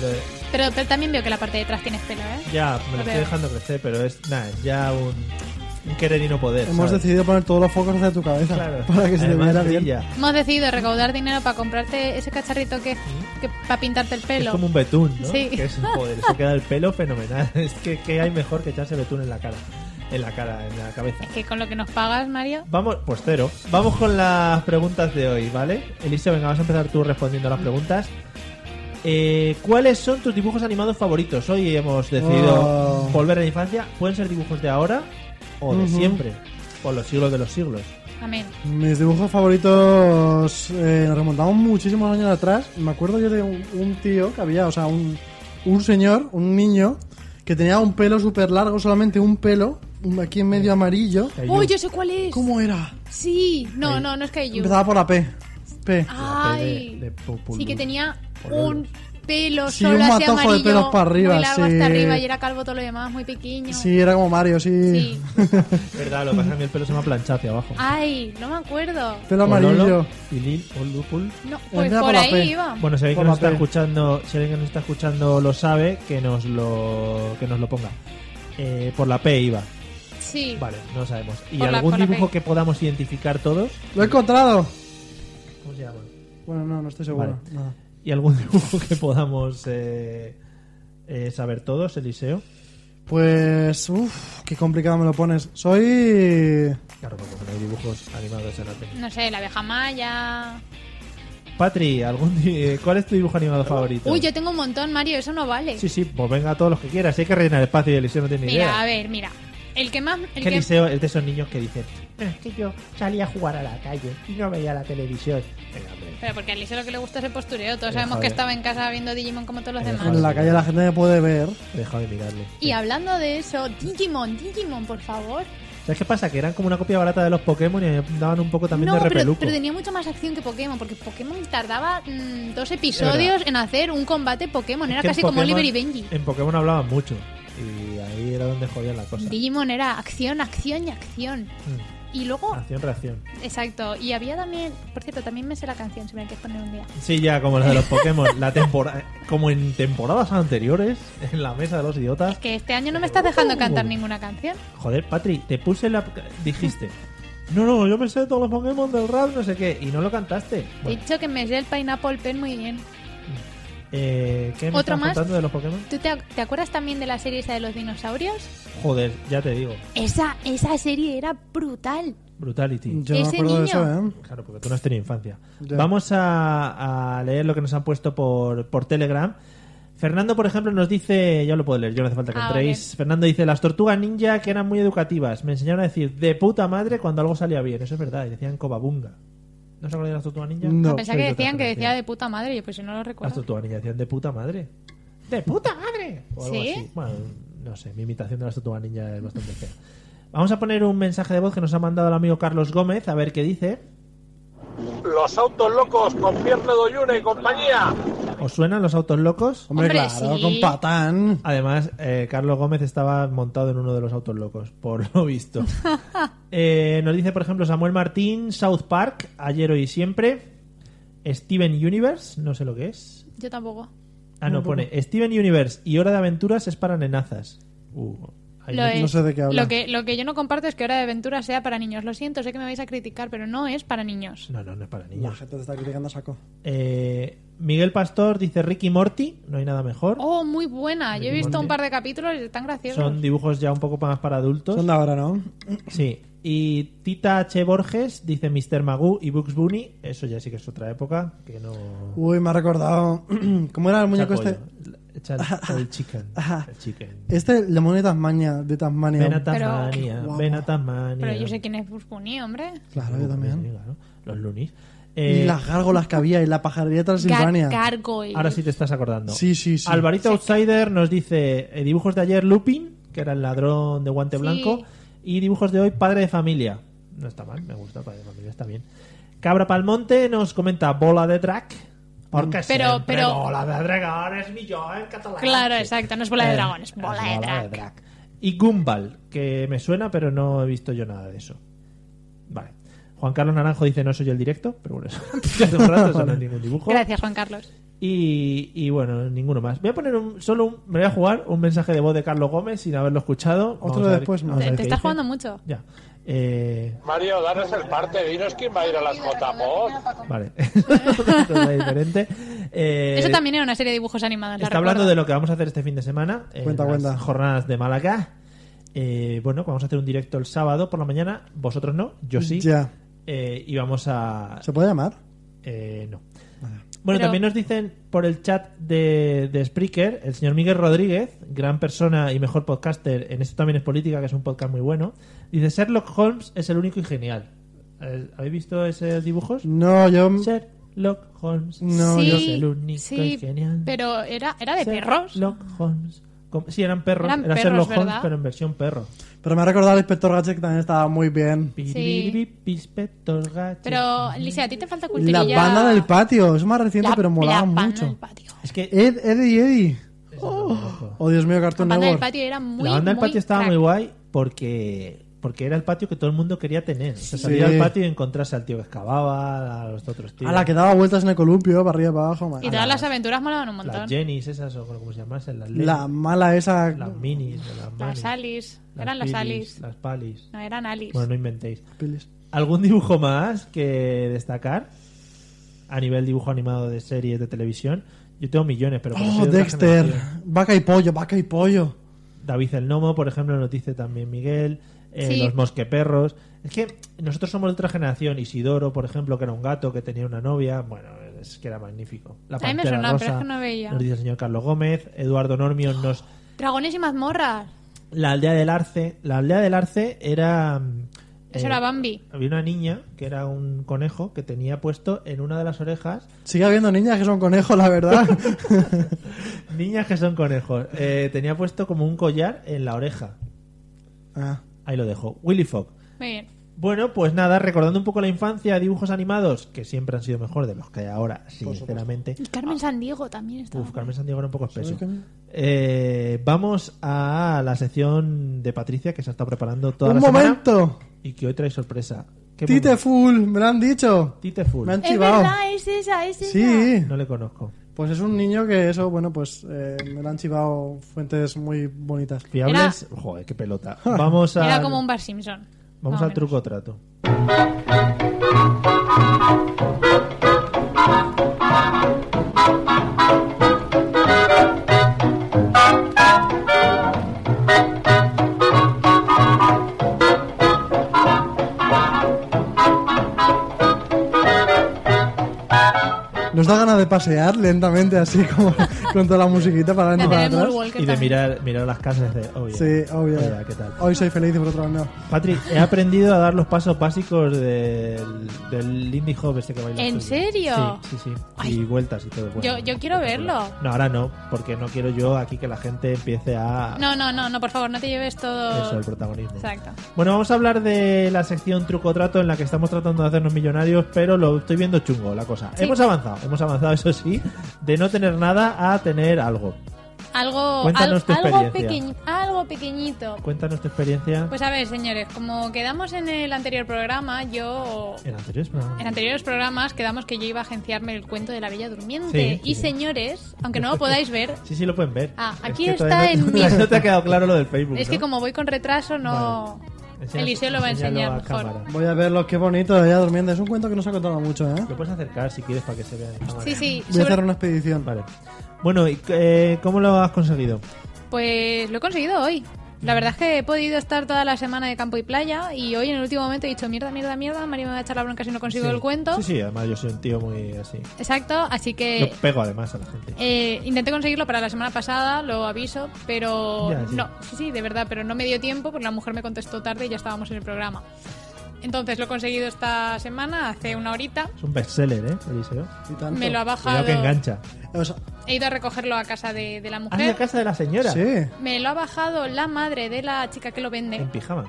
S1: lo de-
S3: Pero, pero también veo que la parte de atrás tienes pelo, ¿eh?
S1: Ya, me lo
S3: A
S1: estoy
S3: ver.
S1: dejando crecer, pero es nada, es ya un, un querer y no poder.
S2: hemos
S1: ¿sabes?
S2: decidido poner todos los focos hacia tu cabeza
S1: Claro.
S2: para que se te
S1: Además,
S2: viera bien.
S1: brilla.
S3: Hemos decidido recaudar dinero para comprarte ese cacharrito que, que para pintarte el
S1: Es
S3: pelo.
S1: como un betún, ¿no?
S3: Sí.
S1: Que es, joder, eso queda el pelo fenomenal. Es que, que hay mejor que echarse betún en la cara, en la cara, en la cabeza.
S3: Es que con lo que nos pagas, Mario.
S1: Vamos, pues cero. Vamos con las preguntas de hoy, ¿vale? Eliseo, venga, vas a empezar tú respondiendo a las preguntas. Eh, ¿Cuáles son tus dibujos animados favoritos? Hoy hemos decidido
S2: Oh.
S1: volver a la infancia. Pueden ser dibujos de ahora o de
S2: Ujú.
S1: siempre, por los siglos de los siglos.
S3: Amén.
S2: Mis dibujos favoritos eh, nos remontamos muchísimos años atrás. Me acuerdo yo de un, un tío que había, o sea, un, un señor, un niño, que tenía un pelo súper largo, solamente un pelo, un- aquí en medio amarillo.
S3: Uy, yo sé cuál es.
S2: ¿Cómo era?
S3: Sí, no, no, no es Kaiju.
S2: Empezaba por la P. P.
S3: Ah, Ay.
S1: de Populus.
S3: sí, que tenía
S1: Populus.
S3: un pelo
S2: Sí,
S3: solo
S2: un
S3: así
S2: matojo de
S3: amarillo.
S2: pelos para arriba,
S3: muy largo
S2: sí.
S3: hasta arriba y era calvo todo lo demás, muy pequeño.
S2: Sí, era como Mario, sí.
S3: Sí.
S1: Verdad, lo que pasa es que a mí el pelo se me ha planchado hacia abajo.
S3: Ay, no me acuerdo.
S2: Pelo
S1: Pololo,
S2: amarillo.
S1: Pilil, Olupul.
S3: No, pues
S2: Empieza
S3: por
S2: por la P.
S3: ahí iba.
S1: Bueno, si alguien que
S2: Por
S1: nos
S2: la
S1: está
S2: P.
S1: escuchando, si alguien que nos está escuchando lo sabe, que nos lo que nos lo ponga. Eh, por la P iba.
S3: sí.
S1: Vale, no lo sabemos. ¿Y
S3: Por la-
S1: algún
S3: por la
S1: dibujo
S3: P.
S1: que podamos identificar todos?
S2: Lo he encontrado.
S1: ¿Cómo se llama?
S2: Bueno, no, no estoy seguro.
S1: Vale.
S2: Nada.
S1: ¿Y algún dibujo que podamos eh, eh, saber todos, Eliseo?
S2: Pues, uff, qué complicado me lo pones. Soy.
S1: Claro, porque no hay dibujos animados en la tele.
S3: No sé, la abeja maya.
S1: Patri, ¿algún di- eh, ¿cuál es tu dibujo animado favorito?
S3: Uy, yo tengo un montón, Mario, eso no vale.
S1: Sí, sí, pues venga todos los que quieras. Hay que rellenar espacio y Eliseo no tiene ni
S3: mira,
S1: idea.
S3: a ver, mira. El que más. El
S1: que
S3: que...
S1: Eliseo es de esos niños que dicen, "Ah, es que yo salía a jugar a la calle y no veía la televisión. Venga, hombre.
S3: Pero porque a Alicia lo que le gusta es el postureo. Todos
S1: Eh,
S3: sabemos que
S1: joder.
S3: estaba en casa viendo Digimon como todos los
S1: Eh,
S3: demás.
S1: joder.
S2: En la calle la gente me puede ver.
S1: He dejado de mirarle.
S3: Y hablando de eso, Digimon, Digimon, por favor.
S1: ¿Sabes qué pasa? Que eran como una copia barata de los Pokémon y me daban un poco también
S3: no,
S1: de
S3: pero,
S1: repeluco.
S3: pero tenía mucho más acción que Pokémon, porque Pokémon tardaba mm, dos
S1: Es
S3: episodios en hacer un combate Pokémon. Era
S1: Que en
S3: casi como
S1: Pokémon-
S3: Oliver y Benji.
S1: En Pokémon hablaban mucho y ahí era donde jodían la cosa.
S3: Digimon era acción, acción y acción.
S1: Mm.
S3: Y luego,
S1: Acción, reacción.
S3: exacto, y había también, por cierto, también me sé la canción, si me la quieres poner un día.
S1: Sí, ya, como los de los Pokémon. la temporada, Como en temporadas anteriores, en la mesa de los idiotas.
S3: Es que este año no me estás
S1: Uh.
S3: dejando cantar ninguna canción.
S1: Joder, Patri, te puse la. Dijiste. No, no, yo me sé todos los Pokémon del rap, no sé qué. Y no lo cantaste.
S3: Te he
S1: Bueno,
S3: dicho que me sé el Pineapple Pen muy bien.
S1: eh, ¿Qué me
S3: ¿Otro
S1: estás
S3: más?
S1: contando de los Pokémon?
S3: ¿Tú te, ac- te acuerdas también de la serie esa de los dinosaurios?
S1: Joder, ya te digo.
S3: Esa, esa serie era brutal.
S1: Brutality.
S2: Yo no me
S3: Ese
S2: acuerdo de eso,
S3: niño.
S2: ¿eh?
S1: Claro, porque tú no has tenido infancia.
S2: Ya.
S1: Vamos a, a leer lo que nos han puesto por, por Telegram. Fernando, por ejemplo, nos dice, ya lo puedo leer, yo no hace falta que
S3: Ah,
S1: entréis. Fernando dice, las tortugas ninja que eran muy educativas, me enseñaron a decir de puta madre cuando algo salía bien. Eso es verdad, y decían cobabunga. ¿No se acuerdan de las tortugas ninja?
S2: No.
S3: Ah, Pensaba
S1: soy
S3: que
S1: de
S3: decían
S1: otra
S3: que decía
S1: generación. Ah,
S3: de puta madre, yo pues yo no lo
S1: Las
S3: recuerdo.
S1: tortugas ninja decían de puta madre. ¡De puta madre! O algo
S3: ¿Sí?
S1: así. Bueno, no sé, mi imitación de las tortugas ninja es bastante fea. Vamos a poner un mensaje de voz que nos ha mandado el amigo Carlos Gómez, a ver qué dice.
S6: Los autos locos con Pierre Doyune y compañía.
S1: ¿Os suenan los autos locos?
S2: Hombre,
S3: Hombre,
S2: claro,
S3: sí.
S2: con patán.
S1: Además, eh, Carlos Gómez estaba montado en uno de los autos locos, por lo visto. Eh, nos dice, por ejemplo, Samuel Martín, South Park, ayer, hoy y siempre. Steven Universe, no sé lo que es.
S3: Yo tampoco.
S1: Ah, no, pone Steven Universe y Hora de Aventuras es para nenazas. Uh, ahí
S3: Lo
S1: no-
S3: es.
S2: no sé de qué habla.
S3: Lo que, lo que yo no comparto es que Hora de Aventura sea para niños. Lo siento, sé que me vais a criticar, pero no es para niños.
S1: no, no, no es para
S2: La
S1: niños.
S2: gente te está criticando a saco.
S1: Eh, Miguel Pastor dice Ricky Morty, no hay nada mejor.
S3: Oh, muy buena. Yo he visto un par de capítulos y están graciosos.
S1: Son dibujos ya un poco más para adultos.
S2: Son de ahora, ¿no?
S1: Sí. Y Tita H. Borges dice Mr. Magoo y Bugs Bunny. Eso ya sí que es otra época. Que no.
S2: Uy, me ha recordado. ¿Cómo era Uh, el muñeco
S1: Echa
S2: este?
S1: pollo. Echa el, el chicken.
S2: Ajá.
S1: El chicken.
S2: Este, el demonio de Tasmania. De
S1: Ven a
S2: Tasmania.
S1: Tasmania.
S2: Pero-
S1: Ven a Tasmania.
S3: Pero yo sé quién es Burbuni, hombre.
S2: Claro, yo también.
S1: Claro, Los lunis.
S2: Y
S1: Eh,
S2: las gárgolas que había y la pajarería de Transilvania.
S3: Gar- Gargoyle.
S1: ahora sí te estás acordando.
S2: Sí, sí, sí.
S1: Alvarito Outsider nos dice eh, dibujos de ayer Lupin, que era el ladrón de guante
S3: Sí.
S1: blanco, y dibujos de hoy Padre de Familia. No está mal, me gusta Padre de Familia, está bien. Cabra Palmonte nos comenta Bola de Drag. Porque
S3: Pero-
S1: siempre
S3: pero-
S1: Bola de Dragón es mi yo en catalán.
S3: Claro,
S1: Sí.
S3: exacto. No es bola de
S1: Eh,
S3: dragón, es bola de drag.
S1: Y Gumball, que me suena, pero no he visto yo nada de eso. Vale. Juan Carlos Naranjo dice no soy el directo, pero bueno, eso, ya hace un rato, eso no es ningún dibujo.
S3: Gracias, Juan Carlos.
S1: Y, y bueno, ninguno más. Voy a poner un, solo un, me voy a jugar un mensaje de voz de Carlos Gómez sin haberlo escuchado. Vamos
S2: Otro
S1: a ver-
S2: después, ¿no?
S1: vamos a
S3: Te,
S1: ver qué
S3: te estás
S1: dice.
S3: jugando mucho.
S1: Ya. Eh,
S6: Mario, danos el parte, dinos quién va a ir a las JPOD.
S1: vale. Todo diferente. Eh,
S3: Eso también era una serie de dibujos animados. la
S1: Está hablando
S3: recuerdo.
S1: de lo que vamos a hacer este fin de semana. en
S2: Cuenta,
S1: las
S2: cuenta.
S1: Jornadas de Málaga. Eh, bueno, vamos a hacer un directo el sábado por la mañana. Vosotros no, yo sí.
S2: Ya.
S1: Eh, y vamos a.
S2: ¿Se puede llamar?
S1: Eh, no.
S2: Vale.
S1: Bueno,
S3: Pero-
S1: también nos dicen por el chat de, de Spreaker, el señor Miguel Rodríguez, gran persona y mejor podcaster en Esto también es política, que es un podcast muy bueno, dice Sherlock Holmes es el único y genial. Eh, ¿Habéis visto esos dibujos?
S2: No, yo.
S1: Sherlock Holmes.
S2: No,
S1: yo
S2: yo
S1: soy
S2: sé.
S1: el único
S3: sí,
S1: genial.
S3: pero era, era de perros.
S1: Sherlock Holmes. Com- Sí, eran perros.
S3: Eran
S1: Era
S3: perros,
S1: Sherlock Holmes,
S3: ¿verdad?
S1: pero en versión perro.
S2: Pero me ha recordado el inspector Gadget que también estaba muy bien.
S3: Pero, Alicia, a ti te falta
S2: La
S3: culturilla.
S2: banda del patio, es más reciente,
S3: La-
S2: pero
S3: la
S2: molaba
S3: banda
S2: mucho.
S3: del patio.
S1: Es que
S2: Ed, Eddie y Eddie. Oh, oh, Dios mío,
S3: La
S2: Cartoon
S3: banda del
S2: Network.
S3: patio era muy
S1: la banda del
S3: muy
S1: patio estaba
S3: crack.
S1: muy guay porque porque era el patio que todo el mundo quería tener. O sea, salir
S2: Sí.
S1: al patio y encontrarse al tío que excavaba, a los otros tíos.
S2: A la que daba vueltas en el columpio, para arriba, para abajo.
S3: Y
S2: madre.
S3: todas las aventuras molaban un montón.
S1: Las Jennys esas o como se llamasen, las Lenny,
S2: La mala esa.
S1: las Minis, o las Manis,
S3: Las Alice. Eran las
S1: Pilis,
S3: Alice.
S1: Las Palis.
S3: No, eran Alice.
S1: Bueno, no inventéis.
S2: Pilis.
S1: ¿Algún dibujo más que destacar? A nivel dibujo animado de series de televisión. Yo tengo millones, pero... como soy
S2: Oh,
S1: de otra
S2: Dexter.
S1: generación-
S2: Vaca y pollo, vaca y pollo.
S1: David el Nomo, por ejemplo, nos dice también Miguel, eh,
S3: Sí.
S1: los mosqueperros. Es que nosotros somos de otra generación. Isidoro, por ejemplo, que era un gato que tenía una novia. Bueno, es que era magnífico. La
S3: A mí me
S1: Pantera
S3: sonaba, pero
S1: Rosa,
S3: es que no veía.
S1: Nos dice el señor Carlos Gómez. Eduardo Normion nos...
S3: Dragones y mazmorras.
S1: La aldea del Arce. La aldea del Arce era... mm,
S3: Eso
S1: eh,
S3: era Bambi.
S1: Había una niña que era un conejo que tenía puesto en una de las orejas
S2: Sigue habiendo niñas que son conejos, la verdad.
S1: niñas que son conejos. Eh, tenía puesto como un collar en la oreja.
S2: Ah,
S1: Ahí lo dejo. Willy Fogg.
S3: Muy bien.
S1: Bueno, pues nada, recordando un poco la infancia, dibujos animados, que siempre han sido mejor de los que hay ahora, sinceramente.
S3: Y Carmen Sandiego también estaba.
S1: Uf, Carmen Sandiego era un poco espeso.
S2: ¿Sabes qué?
S1: Eh, vamos a la sección de Patricia, que se ha estado preparando toda
S2: ¡Un
S1: la semana.
S2: momento!
S1: Y que hoy trae sorpresa. ¿Qué
S2: Tite
S1: momento?
S2: Full, me lo han dicho.
S1: Tite Full.
S2: Me han
S3: es
S2: chivado.
S3: verdad, es esa, es esa.
S2: Sí.
S1: No le conozco.
S2: Pues es un niño que eso, bueno, pues eh, me lo han chivado fuentes muy bonitas.
S1: ¿Fiables? Joder, qué pelota. Vamos a...
S3: Era como un Bar Simpson.
S1: Vamos
S3: Más o
S1: al
S3: menos.
S1: truco o trato.
S2: Nos da ganas de pasear lentamente así como con toda la musiquita para
S3: De
S2: adelante y
S3: tener
S2: para atrás.
S3: Moonwalker
S1: Y de
S3: también.
S1: mirar, mirar las casas de... Oh, yeah.
S2: Sí, obvio.
S1: Oh, yeah, ¿Qué tal?
S2: Hoy soy feliz y vosotros no.
S1: Patrick, he aprendido a dar los pasos básicos del, del Lindy Hop este que bailas
S3: ¿En
S1: tú.
S3: serio?
S1: Sí, sí, sí.
S3: Ay.
S1: Y vueltas y todo. Bueno,
S3: Yo- yo quiero
S1: espectacular.
S3: verlo.
S1: No, ahora no, porque no quiero yo aquí que la gente empiece a...
S3: No, no, no, no, por favor, no te lleves todo.
S1: Eso, el protagonismo.
S3: Exacto.
S1: Bueno, vamos a hablar de la sección truco o trato en la que estamos tratando de hacernos millonarios, pero lo estoy viendo chungo la cosa.
S3: Sí.
S1: Hemos avanzado, hemos avanzado, eso sí, de no tener nada a tener algo.
S3: Algo,
S1: Cuéntanos tu
S3: algo,
S1: experiencia.
S3: pequeñ- algo pequeñito.
S1: Cuéntanos tu experiencia
S3: Pues a ver, señores, como quedamos en el anterior programa, yo
S1: en anteriores programas.
S3: En anteriores programas quedamos que yo iba a agenciarme el cuento de la Bella Durmiente.
S1: Sí, sí,
S3: y
S1: sí.
S3: señores, aunque no lo podáis ver,
S1: Sí, sí, lo pueden ver.
S3: Ah,
S1: Es
S3: aquí
S1: que
S3: está
S1: todavía no,
S3: en mi-
S1: todavía no te ha quedado claro lo del Facebook.
S3: es
S1: ¿no?
S3: que como voy con retraso, no.
S1: Enseña-
S3: Eliseo lo va a
S1: enséñalo
S3: enseñar mejor.
S1: cámara.
S2: Voy a verlo, qué bonito, ella durmiendo. Es un cuento que nos ha contado mucho, ¿eh?
S1: Lo puedes acercar si quieres para que se vea en cámara.
S3: Sí, sí.
S2: Voy a
S3: sobre-
S2: hacer una expedición.
S1: Vale. Bueno, ¿y eh, cómo lo has conseguido?
S3: Pues lo he conseguido hoy. La verdad es que he podido estar toda la semana de campo y playa y hoy en el último momento he dicho mierda, mierda, mierda, Mario me va a echar la bronca si no consigo
S1: Sí.
S3: el cuento. Eh,
S1: Sí, sí, además yo soy un tío muy así.
S3: Exacto, así que
S1: Yo pego además a la gente.
S3: Eh, intenté conseguirlo para la semana pasada, lo aviso, pero
S1: Ya, sí.
S3: no, sí, sí, de verdad, pero no me dio tiempo porque la mujer me contestó tarde y ya estábamos en el programa. Entonces lo he conseguido esta semana, hace una horita,
S1: Es un bestseller, ¿eh, Eliseo?
S2: Y tanto.
S3: me lo ha
S1: Cuidado que Ah,
S3: bajado.
S1: engancha.
S2: O sea,
S3: He ido a recogerlo a casa de, de la
S1: ¿Has ido a
S3: mujer.
S1: casa de la señora?
S2: sí.
S3: Me lo ha bajado la madre de la chica que lo vende
S1: En pijama.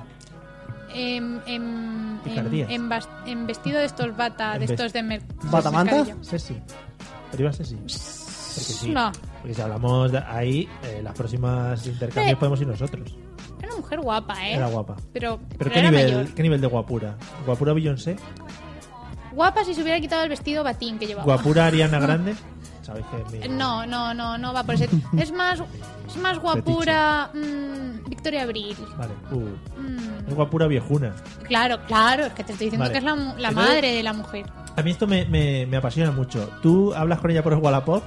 S3: en, en,
S1: Picardías.
S3: en- en bas- en vestido de estos bata,
S1: En
S3: de
S1: vest-
S3: estos de mer-
S2: ¿Batamanta?
S3: pescadillo.
S1: Sesi. Pero iba Sesi. Porque sí.
S3: No,
S1: Porque si hablamos de ahí, eh, las próximas intercambios
S3: Eh.
S1: podemos ir nosotros.
S3: era una mujer guapa, ¿eh?
S1: Era guapa.
S3: Pero,
S1: ¿Pero
S3: pero
S1: qué
S3: era
S1: nivel,
S3: mayor.
S1: qué nivel de guapura? ¿Guapura Beyoncé?
S3: Guapa si se hubiera quitado el vestido batín que llevaba.
S1: ¿Guapura Ariana Grande? Sabéis que es mi-
S3: No, no, no, no va por ese. Es más, es más guapura mm, Victoria Abril.
S1: Vale. Uh,
S3: Mm,
S1: es guapura viejuna.
S3: claro, claro, es que te estoy diciendo
S1: Vale.
S3: que es la, mu- la
S1: Entonces-
S3: madre de la mujer.
S1: A mí esto me, me- me apasiona mucho. Tú hablas con ella por Wallapop,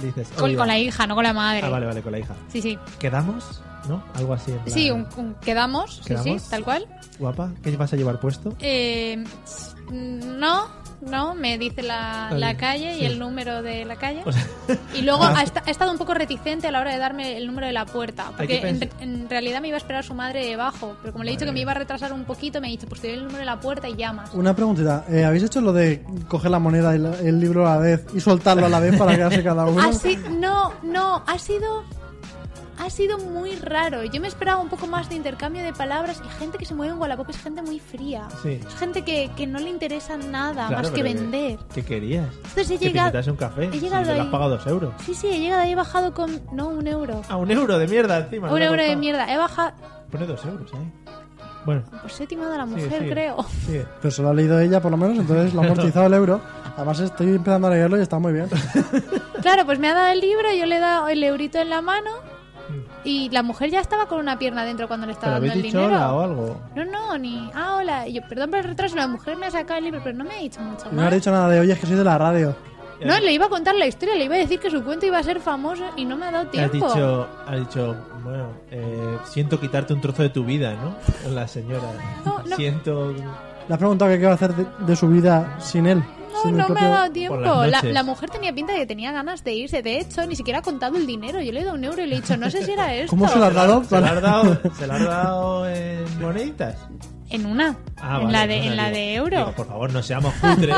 S1: le dices...
S3: Con,
S1: oye-
S3: con la hija, no con la madre.
S1: Ah, vale, vale, con la hija.
S3: Sí, sí.
S1: ¿Quedamos? ¿No? Algo así. en plan,
S3: Sí, un- un- quedamos, sí,
S1: ¿Quedamos?
S3: sí, tal cual.
S1: Guapa, ¿qué vas a llevar puesto?
S3: Eh, mm, Eh, no, ¿no? Me dice la,
S1: Vale,
S3: la calle
S1: sí.
S3: y el número de la calle.
S1: O sea,
S3: y luego
S1: Ah.
S3: ha, esta- ha estado un poco reticente a la hora de darme el número de la puerta.
S1: Hay que
S3: Porque en, re-
S1: pensar-
S3: en realidad me iba a esperar su madre debajo. Pero como le he dicho que me iba a retrasar un poquito, me ha dicho, pues te doy el número de la puerta y llamas.
S2: Una preguntita, eh, ¿habéis hecho lo de coger la moneda y la- el libro a la vez y soltarlo a la vez para quedarse cada uno?
S3: Así, no, no, ha sido... Ha sido muy raro. Yo me esperaba un poco más de intercambio de palabras y gente que se mueve en Wallapop es gente muy fría.
S1: Sí.
S3: Es gente que, que no le interesa nada
S1: claro,
S3: más que
S1: pero ¿qué-
S3: vender.
S1: ¿Qué querías?
S3: Entonces he
S1: Que te
S3: llegado...
S1: invitase un café.
S3: he
S1: si
S3: llegado
S1: te lo has
S3: ahí.
S1: pagado dos euros.
S3: Sí, sí, he llegado ahí, he bajado con... No, un euro.
S1: A un euro de mierda encima.
S3: un
S1: te ha
S3: euro de
S1: costado.
S3: mierda. He bajado...
S1: Pone dos euros ahí. Bueno,
S3: Pues he timado a la
S1: sigue,
S3: mujer,
S1: sigue.
S3: creo.
S1: Sigue.
S2: Pero se lo ha leído ella por lo menos, entonces lo ha amortizado el euro. Además estoy empezando a leerlo y está muy bien.
S3: Claro, pues me ha dado el libro, yo le he dado el eurito en la mano y la mujer ya estaba con una pierna dentro cuando le
S1: Mm. ¿Pero
S3: estaba dando
S1: habéis
S3: el
S1: dicho
S3: dinero.
S1: hola o algo?
S3: No, no, ni. Ah, hola. Y yo, perdón por el retraso, la mujer me ha sacado el libro, pero no me ha dicho mucho
S2: Y no
S3: más.
S2: ha dicho nada de, oye, es que soy de la radio.
S3: No, le iba a contar la historia, le iba a decir que su cuento iba a ser famoso y no me ha dado
S1: Y Has
S3: tiempo.
S1: dicho, has dicho, bueno, eh, siento quitarte un trozo de tu vida, ¿no? La señora.
S3: No, no.
S1: Siento.
S2: Le has preguntado qué va a hacer de, de su vida sin él.
S3: No,
S2: sin
S3: no
S2: el
S3: me ha
S2: propio-
S3: dado tiempo.
S1: Por las
S3: La,
S1: noches.
S3: la mujer tenía pinta de que tenía ganas de irse. De hecho, ni siquiera ha contado el dinero. Yo le he dado un euro y le he dicho, no sé si era esto.
S2: ¿Cómo se lo has dado?
S1: ¿Se la has dado, ¿se la has dado en moneditas?
S3: En una.
S1: Ah,
S3: en
S1: vale,
S3: la de,
S1: no, no,
S3: en la
S1: digo-
S3: de euro.
S1: digo, por favor, no seamos cutres.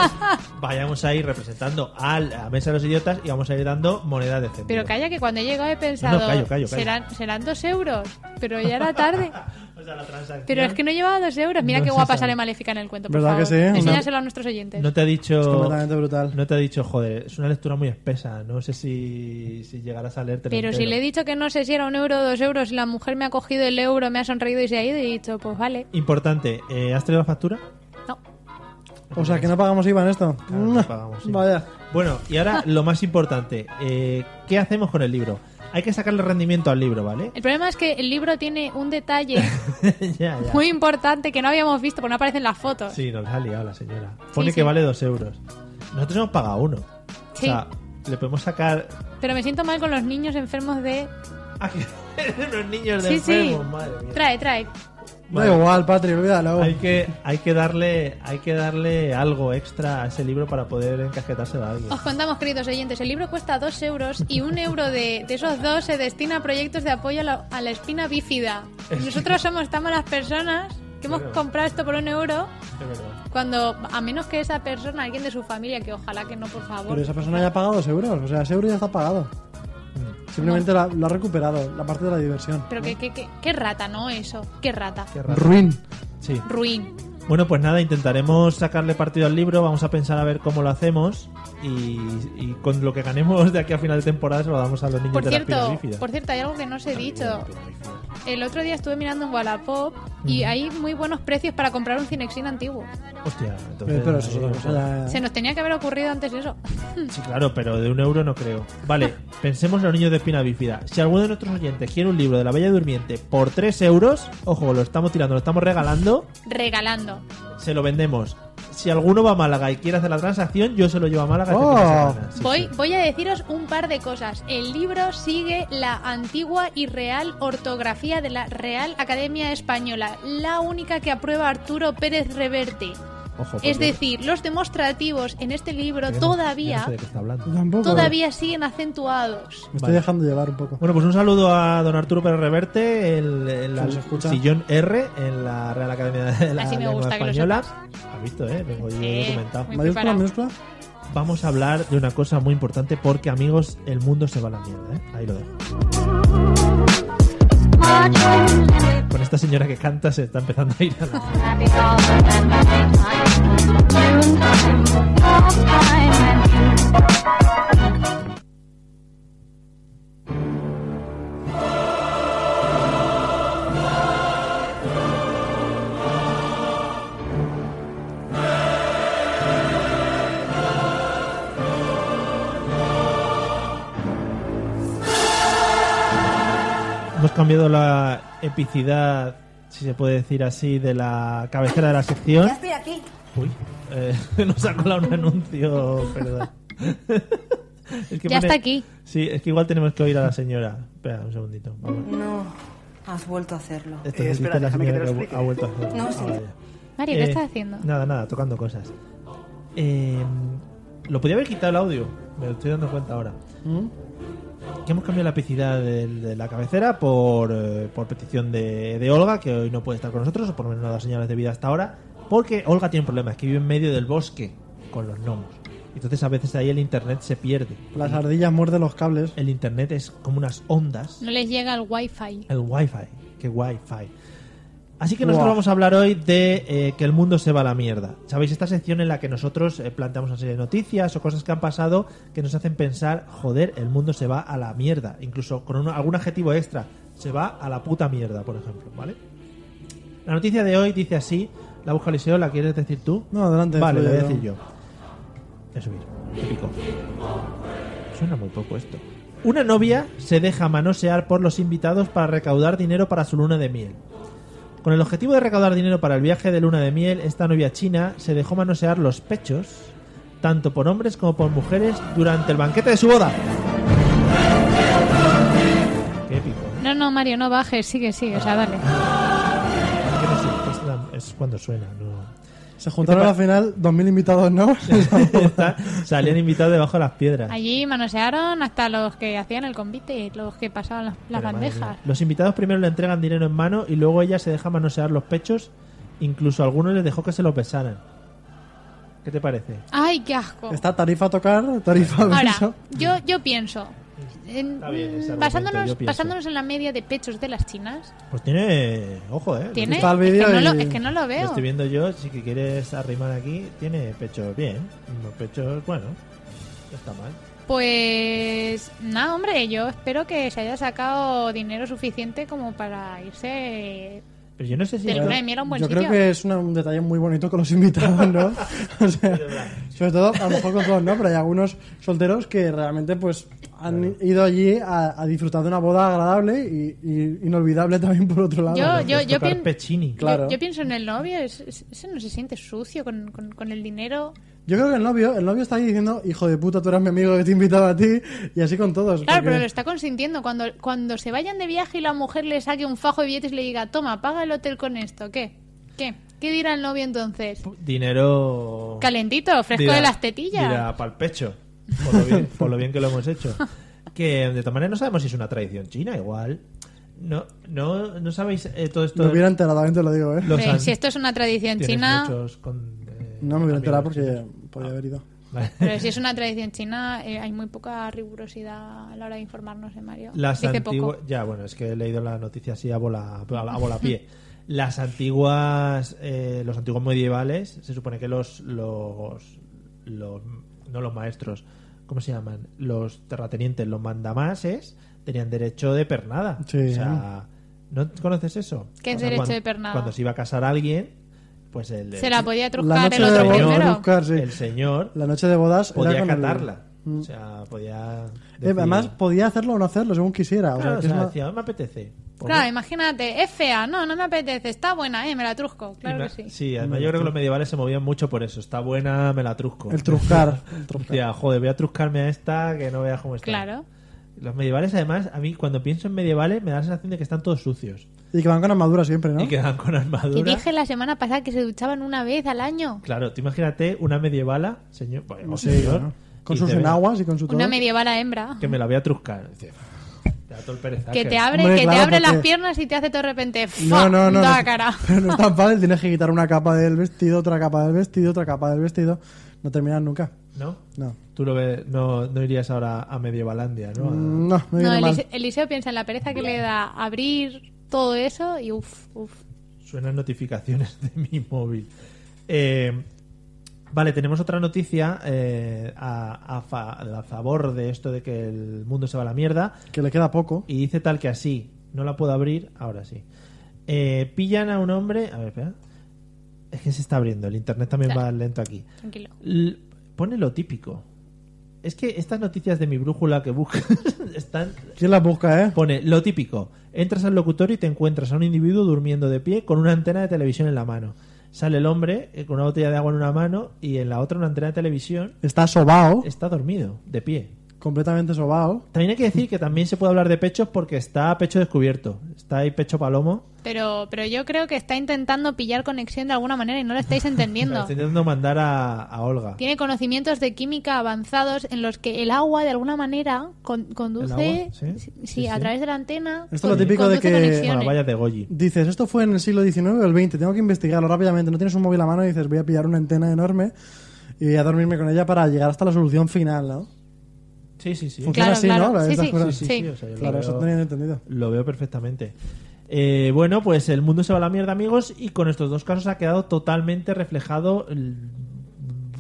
S1: Vayamos a ir representando a la mesa de los idiotas y vamos a ir dando monedas de céntimo.
S3: Pero calla, que cuando he llegado he pensado,
S1: No, no, callo, callo, callo.
S3: Serán, serán dos euros, pero ya era tarde.
S1: O sea, la transacción.
S3: Pero es que no llevaba dos euros. Mira
S1: No
S3: qué
S1: se
S3: guapa
S1: sabe.
S3: sale Maléfica en el cuento, por
S2: ¿Verdad
S3: favor.
S2: que sí? Una-
S3: Enséñaselo a nuestros oyentes.
S1: No te ha
S2: Es
S1: dicho.
S2: completamente brutal.
S1: No te ha dicho, joder, es una lectura muy espesa. No sé si, si llegarás a leerte.
S3: pero si le he dicho que no sé si era un euro o dos euros, y la mujer me ha cogido el euro, me ha sonreído y se ha ido y he dicho, pues vale,
S1: Importante, eh, ¿has traído la factura?
S3: no.
S2: O sea, que no pagamos IVA en esto.
S1: Claro,
S3: Mm,
S1: no
S2: Mua,
S1: pagamos IVA.
S2: Vaya.
S1: Bueno, y ahora lo más importante, eh, ¿qué hacemos con el libro? Hay que sacarle rendimiento al libro, ¿vale?
S3: El problema es que el libro tiene un detalle
S1: ya, ya.
S3: muy importante que no habíamos visto, porque no aparecen las fotos.
S1: Sí, nos ha liado la señora. Pone
S3: sí.
S1: que vale dos euros. Nosotros hemos pagado uno.
S3: Sí.
S1: O sea, le podemos sacar.
S3: Pero me siento mal con los niños enfermos de...
S1: Ah, que- unos niños de
S3: Sí, sí.
S1: enfermos, madre mía.
S3: Trae, trae.
S2: Da
S1: Vale.
S2: igual, Patri, olvídalo.
S1: Hay que, hay que darle, hay que darle algo extra a ese libro para poder encajetárselo a alguien.
S3: Os contamos, queridos oyentes, el libro cuesta 2 euros y un euro de, de esos dos se destina a proyectos de apoyo a la, a la espina bífida. Y Nosotros somos tan malas personas que hemos
S1: Claro.
S3: comprado esto por un euro
S1: Es verdad.
S3: cuando, a menos que esa persona, alguien de su familia, que ojalá que no, por favor.
S2: Pero esa persona ya ha pagado dos euros. O sea, ese euro ya está pagado.
S1: Mm,
S2: Simplemente la- lo ha recuperado, la parte de la diversión.
S3: Pero qué, qué- qué- qué rata, ¿no? Eso, qué rata.
S1: qué raro.
S2: Ruin.
S1: Sí.
S3: Ruin.
S1: Bueno, pues nada, intentaremos sacarle partido al libro, vamos a pensar a ver cómo lo hacemos y, y con lo que ganemos de aquí a final de temporada se lo damos a los niños
S3: Por
S1: de la
S3: cierto,
S1: espina bífida.
S3: por cierto, hay algo que no os he dicho. El otro día estuve mirando en Wallapop y hay muy buenos precios para comprar un Cinexin antiguo.
S1: Hostia, entonces...
S2: Eh, Pero eso es otra cosa.
S1: Ah.
S2: ya-
S3: Se nos tenía que haber ocurrido antes eso.
S1: Sí, claro, pero de un euro no creo. Vale, pensemos en los niños de espina bífida. Si alguno de nuestros oyentes quiere un libro de La Bella Durmiente por 3 euros, ojo, lo estamos tirando, lo estamos regalando,
S3: Regalando.
S1: se lo vendemos. Si alguno va a Málaga y quiere hacer la transacción, yo se lo llevo a Málaga. este
S2: Oh.
S1: fin de semana. Sí,
S3: Voy,
S1: sí.
S3: voy a deciros un par de cosas. El libro sigue la antigua y real ortografía de la Real Academia Española, la única que aprueba Arturo Pérez Reverte.
S1: Ojo, porque
S3: Es decir, los demostrativos en este
S1: yo
S3: libro
S1: no- yo no
S3: todavía,
S1: sé de qué está hablando.
S2: Yo tampoco.
S3: todavía siguen acentuados.
S2: Me estoy
S1: Vale.
S2: dejando llevar un poco.
S1: Bueno, pues un saludo a don Arturo Pérez Reverte, el, el-
S2: Se nos
S1: al
S2: escucha.
S1: sillón R en la Real Academia de la
S3: Así me
S1: Lengua
S3: gusta que lo
S1: Española. Has visto, ¿eh? Vengo yo
S3: Sí.
S1: documentado.
S3: Muy
S2: ¿Mayúscula,
S3: preparado.
S2: minúscula?
S1: Vamos a hablar de una cosa muy importante porque, amigos, el mundo se va a la mierda, ¿eh? Ahí lo dejo. Con esta señora que canta se está empezando a ir a la... Hemos cambiado la epicidad, si se puede decir así, de la cabecera de la sección. Ya estoy aquí. Uy, eh, nos ha colado un anuncio, perdón. Es que
S3: Ya
S1: pone-
S3: está aquí.
S1: Sí, es que igual tenemos que oír a la señora. Espera un segundito. Vamos.
S3: Eh,
S7: No, has vuelto a hacerlo.
S1: Esto que dice la señora que ha vu- ha vuelto a hacer.
S7: No,
S1: Ah,
S7: sí.
S1: vale.
S3: Mario, ¿qué
S1: Eh,
S3: estás haciendo?
S1: Nada, nada, tocando cosas. Eh, lo podía haber quitado el audio, me lo estoy dando cuenta ahora. Que hemos cambiado la epicidad del- de, la cabecera por, eh, por petición de, de Olga, que hoy no puede estar con nosotros, o por lo menos no ha dado señales de vida hasta ahora, porque Olga tiene problemas, que vive en medio del bosque con los gnomos. Entonces a veces ahí el internet se pierde.
S2: Las ardillas muerden los cables.
S1: El internet es como unas ondas.
S3: No les llega el wifi.
S1: El wifi, que wifi. Así que nosotros
S2: Guau.
S1: vamos a hablar hoy de eh, que el mundo se va a la mierda. ¿Sabéis? Esta sección en la que nosotros eh, planteamos una serie de noticias o cosas que han pasado que nos hacen pensar, joder, el mundo se va a la mierda. Incluso con un- algún adjetivo extra. Se va a la puta mierda, por ejemplo, ¿vale? La noticia de hoy dice así. La busca Eliseo, ¿la quieres decir tú?
S2: No, adelante,
S1: Vale, la voy a
S2: fluye,
S1: decir
S2: no.
S1: yo. Voy a subir. Te pico. Suena muy poco esto. Una novia se deja manosear por los invitados para recaudar dinero para su luna de miel. Con el objetivo de recaudar dinero para el viaje de luna de miel, esta novia china se dejó manosear los pechos, tanto por hombres como por mujeres, durante el banquete de su boda. Qué épico. ¿eh?
S3: No, no, Mario, no bajes, sigue, sigue, o sea, dale.
S1: Que no sé, es la- es cuando suena, no.
S2: Se juntaron
S1: eh,
S2: al final 2.000 invitados, ¿no?
S1: Está- salían invitados debajo de las piedras.
S3: Allí manosearon hasta los que hacían el convite, los que pasaban las, las
S1: Pero, madre
S3: bandejas.
S1: mía. Los invitados primero le entregan dinero en mano y luego ella se deja manosear los pechos. Incluso algunos les dejó que se los besaran. ¿Qué te parece?
S3: Ay, qué asco.
S2: Está tarifa a tocar, tarifa a
S3: Ahora,
S2: beso.
S3: yo, yo pienso, en-
S1: Está bien ese
S3: mm,
S1: argumento,
S3: basándonos,
S1: yo pienso.
S3: basándonos en la media de pechos de las chinas,
S1: Pues tiene. Ojo, ¿eh?
S3: tiene.
S2: está el
S3: es, que
S2: vídeo
S3: no
S2: y-
S3: lo, es que no lo
S1: Lo
S3: veo.
S1: estoy viendo yo. Si que quieres arrimar aquí, tiene pechos bien. Los pechos, bueno, no está mal.
S3: Pues nada, hombre, yo espero que se haya sacado dinero suficiente como para irse.
S1: Pero yo no sé si.
S3: Del Luna de Miel a un buen
S2: Yo creo
S3: sitio.
S2: que es una- un detalle muy bonito con los invitados, ¿no? O sea, sobre todo, a lo mejor con todos, ¿no? Pero hay algunos solteros que realmente pues han ido allí a, a disfrutar de una boda agradable y, y inolvidable también por otro lado.
S3: Yo-
S2: ¿no?
S1: Puedes
S3: yo
S1: tocar
S3: pien-
S1: Pechini.
S2: Claro.
S3: Yo, yo pienso en el novio, es- es- ese no se siente sucio con, con- con el dinero.
S2: Yo creo que el novio, el novio está ahí diciendo, hijo de puta, tú eras mi amigo que te invitaba a ti y así con todos.
S3: Claro,
S2: porque-
S3: pero lo está consintiendo. Cuando, cuando se vayan de viaje y la mujer le saque un fajo de billetes y le diga, toma, paga el hotel con esto, ¿qué? ¿Qué? ¿Qué dirá el novio entonces?
S1: Dinero.
S3: Calentito, fresco
S1: Dirá-
S3: de las tetillas.
S1: dirá, pa'l pecho. Por lo, bien, por lo bien que lo hemos hecho. Que de todas maneras no sabemos si es una tradición china, igual. No, no, no sabéis eh, todo esto.
S2: Me hubiera enterado, también te lo digo, ¿eh?
S1: Los
S3: Hombre,
S1: an-
S3: si esto es una tradición
S1: tienes
S3: china,
S1: muchos con, eh,
S2: No me hubiera enterado
S1: amigos
S2: porque
S1: chinos.
S2: podía haber ido.
S1: Vale.
S3: pero si es una tradición china, eh, hay muy poca rigurosidad a la hora de informarnos de Mario.
S1: Las
S3: Dice
S1: antiguas.
S3: poco.
S1: Ya, bueno, es que he leído la noticia así a bola, a la- a bola pie. Las antiguas. eh, los antiguos medievales. Se supone que los, los. los- No los maestros. ¿Cómo se llaman? Los terratenientes, los mandamases. Tenían derecho de pernada.
S2: Sí.
S1: O sea. ¿No conoces eso?
S3: ¿Qué es
S1: O sea,
S3: derecho
S1: cuando-
S3: de pernada?
S1: Cuando se iba a casar a alguien. Pues el.
S3: Se la podía
S2: La
S3: truscar
S2: noche
S3: el
S2: de
S3: otro
S1: boda-
S2: bodas,
S3: primero.
S2: buscar, sí.
S1: el señor.
S2: La noche de bodas era
S1: podía
S2: con el-
S1: catarla. O sea, podía.
S2: Eh, además,
S1: decir-
S2: podía hacerlo o no hacerlo, según quisiera.
S1: Claro,
S2: o sea,
S1: o
S2: que
S1: sea,
S2: es una-
S1: decía, me apetece. Pues
S3: Claro, imagínate, es fea, no, no me apetece, está buena, eh, me la trusco, claro
S1: Ima-
S3: que sí.
S1: además yo creo que los medievales se movían mucho por eso. Está buena, me la trusco.
S2: El truscar. el truscar.
S1: Hostia, joder, voy a truscarme a esta que no veas cómo está.
S3: Claro.
S1: Los medievales, además, a mí cuando pienso en medievales me da la sensación de que están todos sucios.
S2: Y que van con armadura siempre, ¿no?
S1: Y quedan con
S3: Que
S1: armadura.
S3: dije la semana pasada que se duchaban una vez al año.
S1: Claro, tú imagínate una medievala, señor. bueno,
S2: Sí,
S1: señor,
S2: ¿no? Con
S1: y
S2: sus
S1: te ve
S2: enaguas y con su todo.
S3: Una medieval a hembra.
S1: Que me la voy a truscar. Dice, te da todo el pereza
S3: Que
S1: que-
S3: te abre,
S2: Hombre,
S3: que te
S2: claro,
S3: abre las
S2: porque-
S3: piernas y te hace todo de repente. ¡fua!
S2: No, no, no.
S3: Da
S2: no,
S3: cara.
S2: pero no es tan fácil. Tienes que quitar una capa del vestido, otra capa del vestido, otra capa del vestido. No terminas nunca.
S1: ¿No?
S2: No.
S1: Tú lo ves, no, no irías ahora a Medievalandia, ¿no? A-
S2: No, me
S3: No,
S2: viene
S3: Elise-
S2: mal.
S3: Eliseo piensa en la pereza que le da abrir todo eso y uff, uff.
S1: Suenan notificaciones de mi móvil. Eh, vale, tenemos otra noticia eh, a, a fa- a favor de esto de que el mundo se va a la mierda.
S2: Que le queda poco.
S1: Y dice tal que así. No la puedo abrir, ahora sí. Eh, pillan a un hombre. A ver, espera. Es que se está abriendo. El internet también va lento aquí.
S3: Tranquilo.
S1: L- pone lo típico. Es que estas noticias de mi brújula que buscas están
S2: ¿Quién las busca, eh?
S1: Pone lo típico. Entras al locutorio y te encuentras a un individuo durmiendo de pie con una antena de televisión en la mano. Sale el hombre eh, con una botella de agua en una mano y en la otra una antena de televisión.
S2: Está sobao.
S1: Está dormido, de pie.
S2: completamente sobao.
S1: También hay que decir que también se puede hablar de pechos porque está a pecho descubierto. Está ahí pecho palomo.
S3: Pero, pero yo creo que está intentando pillar conexión de alguna manera y no lo estáis entendiendo.
S1: Está intentando mandar a, a Olga.
S3: Tiene conocimientos de química avanzados en los que el agua de alguna manera con-
S1: ¿El
S3: conduce
S1: agua? Sí,
S3: sí,
S1: sí,
S3: a
S1: sí.
S3: través de la antena.
S2: Esto es lo típico
S3: conduce
S2: de que-
S1: Con las
S3: conexiones.
S1: vallas de Goyi.
S2: Dices, esto fue en el siglo XIX o el XX, tengo que investigarlo rápidamente. No tienes un móvil a mano y dices, voy a pillar una antena enorme y voy a dormirme con ella para llegar hasta la solución final, ¿no?
S1: Sí, sí, sí.
S2: Funciona
S3: Claro,
S2: así,
S3: claro.
S2: ¿no?
S3: Sí,
S2: Estas
S3: sí.
S2: cosas-
S3: Sí,
S1: o sea, yo
S2: Claro,
S1: lo
S2: eso
S1: veo-
S2: tenía entendido.
S1: Lo veo perfectamente. Eh, bueno, pues el mundo se va a la mierda, amigos, y con estos dos casos ha quedado totalmente reflejado el,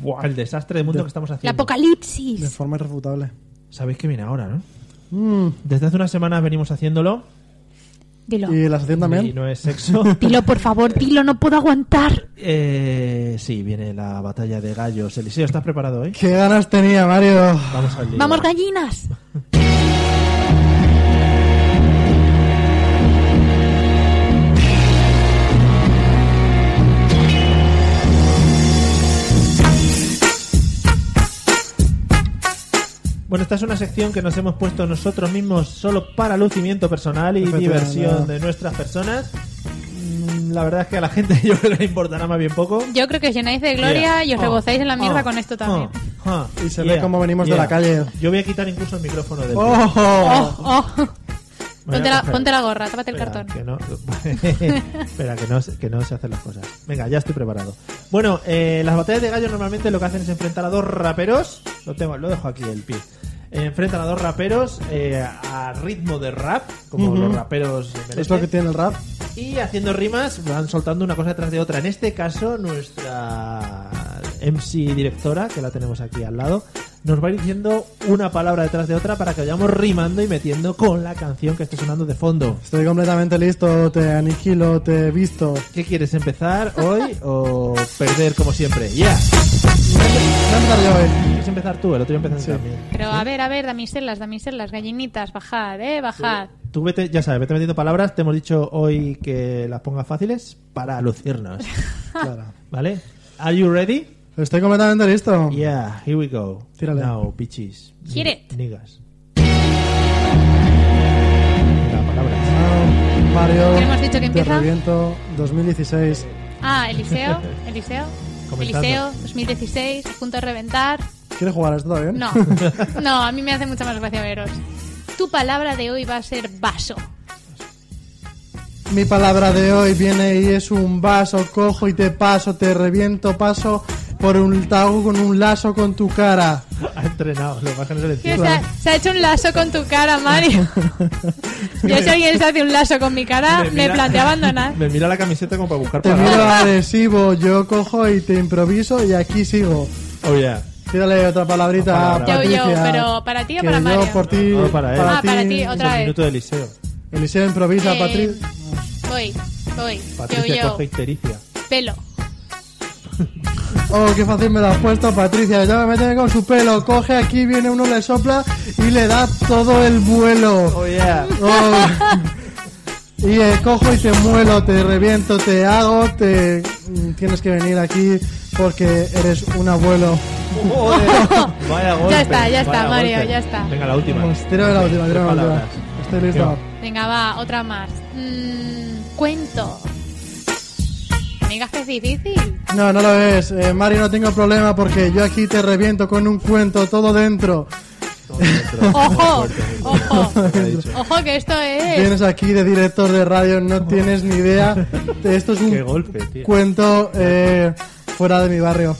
S1: buah, el desastre de mundo que estamos
S3: El
S1: haciendo.
S2: De
S3: apocalipsis.
S2: forma irrefutable.
S1: Sabéis que viene ahora, ¿no?
S2: Mm,
S1: Desde hace unas semanas venimos haciéndolo
S3: Dilo.
S2: Y la sección
S1: y
S2: también.
S1: no es sexo.
S3: Dilo, por favor, dilo, no puedo aguantar.
S1: Eh, sí, viene la batalla de gallos. Eliseo, ¿estás preparado hoy?
S2: ¿Qué ganas tenía, Mario?
S1: Vamos al lío.
S3: ¡Vamos, gallinas!
S1: Bueno, esta es una sección que nos hemos puesto nosotros mismos solo para lucimiento personal y
S2: Perfecto,
S1: diversión
S2: nada.
S1: de nuestras personas. Mm, La verdad es que a la gente yo creo que le importará más bien poco.
S3: Yo creo que os llenáis de gloria
S1: Yeah.
S3: y os
S1: Ah,
S3: rebozáis en la mierda
S1: ah,
S3: con esto también.
S1: ah, ah,
S2: Y se ve cómo venimos de la calle.
S1: Yo voy a quitar incluso el micrófono del.
S2: ¡Oh!
S3: Oh, oh.
S1: Voy a
S3: Ponte, la,
S1: coger.
S3: ponte la gorra, tápate el
S1: Espera,
S3: cartón.
S1: Que no, espera, que no, se- que no se hacen las cosas. Venga, ya estoy preparado. Bueno, eh, las batallas de gallos normalmente lo que hacen es enfrentar a dos raperos. Lo, tengo, lo dejo aquí el pie. Eh, enfrentan a dos raperos eh, a ritmo de rap, como
S2: Ujú.
S1: los raperos merecen,
S2: Es lo que tiene el rap.
S1: y haciendo rimas van soltando una cosa detrás de otra. En este caso, nuestra MC directora, que la tenemos aquí al lado, nos va a ir diciendo una palabra detrás de otra para que vayamos rimando y metiendo con la canción que esté sonando de fondo.
S2: Estoy completamente listo, te aniquilo, te he visto.
S1: ¿Qué quieres empezar hoy o perder como siempre? Ya.
S2: Voy a empezar yo, eh.
S1: ¿Quieres empezar tú? El otro día empezaste
S2: Sí.
S1: también.
S3: Pero a ver, a ver, damiselas, damiselas, gallinitas, bajad, eh, bajad.
S1: Tú vete, ya sabes, vete metiendo palabras. Te hemos dicho hoy que las pongas fáciles para lucirnos.
S2: Claro.
S1: ¿Vale? Are you ready?
S2: Estoy completamente listo.
S1: Yeah, here we go.
S2: Tírale.
S1: Now, bitches.
S3: Hit it.
S1: Niggas. La palabra.
S2: Ah, Mario,
S3: ¿Qué hemos dicho que
S2: te
S3: empieza?
S2: reviento 2016.
S3: Ah, Eliseo, Eliseo,
S1: Comenzando.
S3: Eliseo, 2016, a punto de reventar.
S2: ¿Quieres jugar a esto también?
S3: No, no, a mí me hace mucha más gracia veros. Tu palabra de hoy va a ser vaso.
S2: Mi palabra de hoy viene y es un vaso. Cojo y te paso, te reviento, paso por un tago con un lazo con tu cara.
S1: Ha entrenado, lo bajan el
S3: ¿Qué? Se, ha, se ha hecho un lazo con tu cara, Mario. Yo si alguien se hace un lazo con mi cara, me planteo abandonar.
S1: Me mira la camiseta como para buscar
S2: Te miro
S1: palabras.
S2: agresivo, yo cojo y te improviso y aquí sigo.
S1: Oh, yeah.
S2: Tírale otra palabrita.
S1: Otra
S3: Yo,
S1: palabra.
S2: Patricia,
S3: yo, pero ¿para ti o
S2: que
S3: para
S2: yo
S3: Mario?
S2: por ti,
S1: No, para él.
S3: Ah, para ti, otra
S1: Es el
S3: vez.
S1: minuto de Eliseo.
S2: Eliseo improvisa,
S3: Eh,
S2: Patricia.
S3: Voy, voy,
S1: Patricia
S3: yo,
S1: coge
S3: yo,
S1: histericia.
S3: pelo.
S2: Oh, qué fácil me lo has puesto, Patricia. Ya me mete con su pelo. Coge aquí, viene uno, le sopla y le da todo el vuelo.
S1: Oh, yeah.
S2: Oh. Y eh, cojo y te muelo, te reviento, te hago, te... mm, Tienes que venir aquí porque eres un abuelo.
S1: Vaya golpe.
S3: Ya está, ya está,
S1: vaya
S3: Mario,
S1: golpe.
S3: ya está.
S1: Venga, la última.
S2: Vamos, tiro de la última, tiro
S1: Tres
S2: de la última.
S1: palabras.
S2: Estoy listo.
S3: Venga, va, otra más. Mm, cuento. No digas que es difícil.
S2: No, no lo es. Eh, Mario, no tengo problema porque yo aquí te reviento con un cuento todo dentro.
S1: Todo dentro.
S3: Ojo,
S1: Muy fuerte, muy fuerte.
S3: ojo.
S1: Lo que ha dicho.
S3: Ojo que esto es...
S2: Vienes aquí de director de radio, no tienes ni idea. Esto es
S1: Qué
S2: un
S1: golpe, tío.
S2: cuento eh, fuera de mi barrio.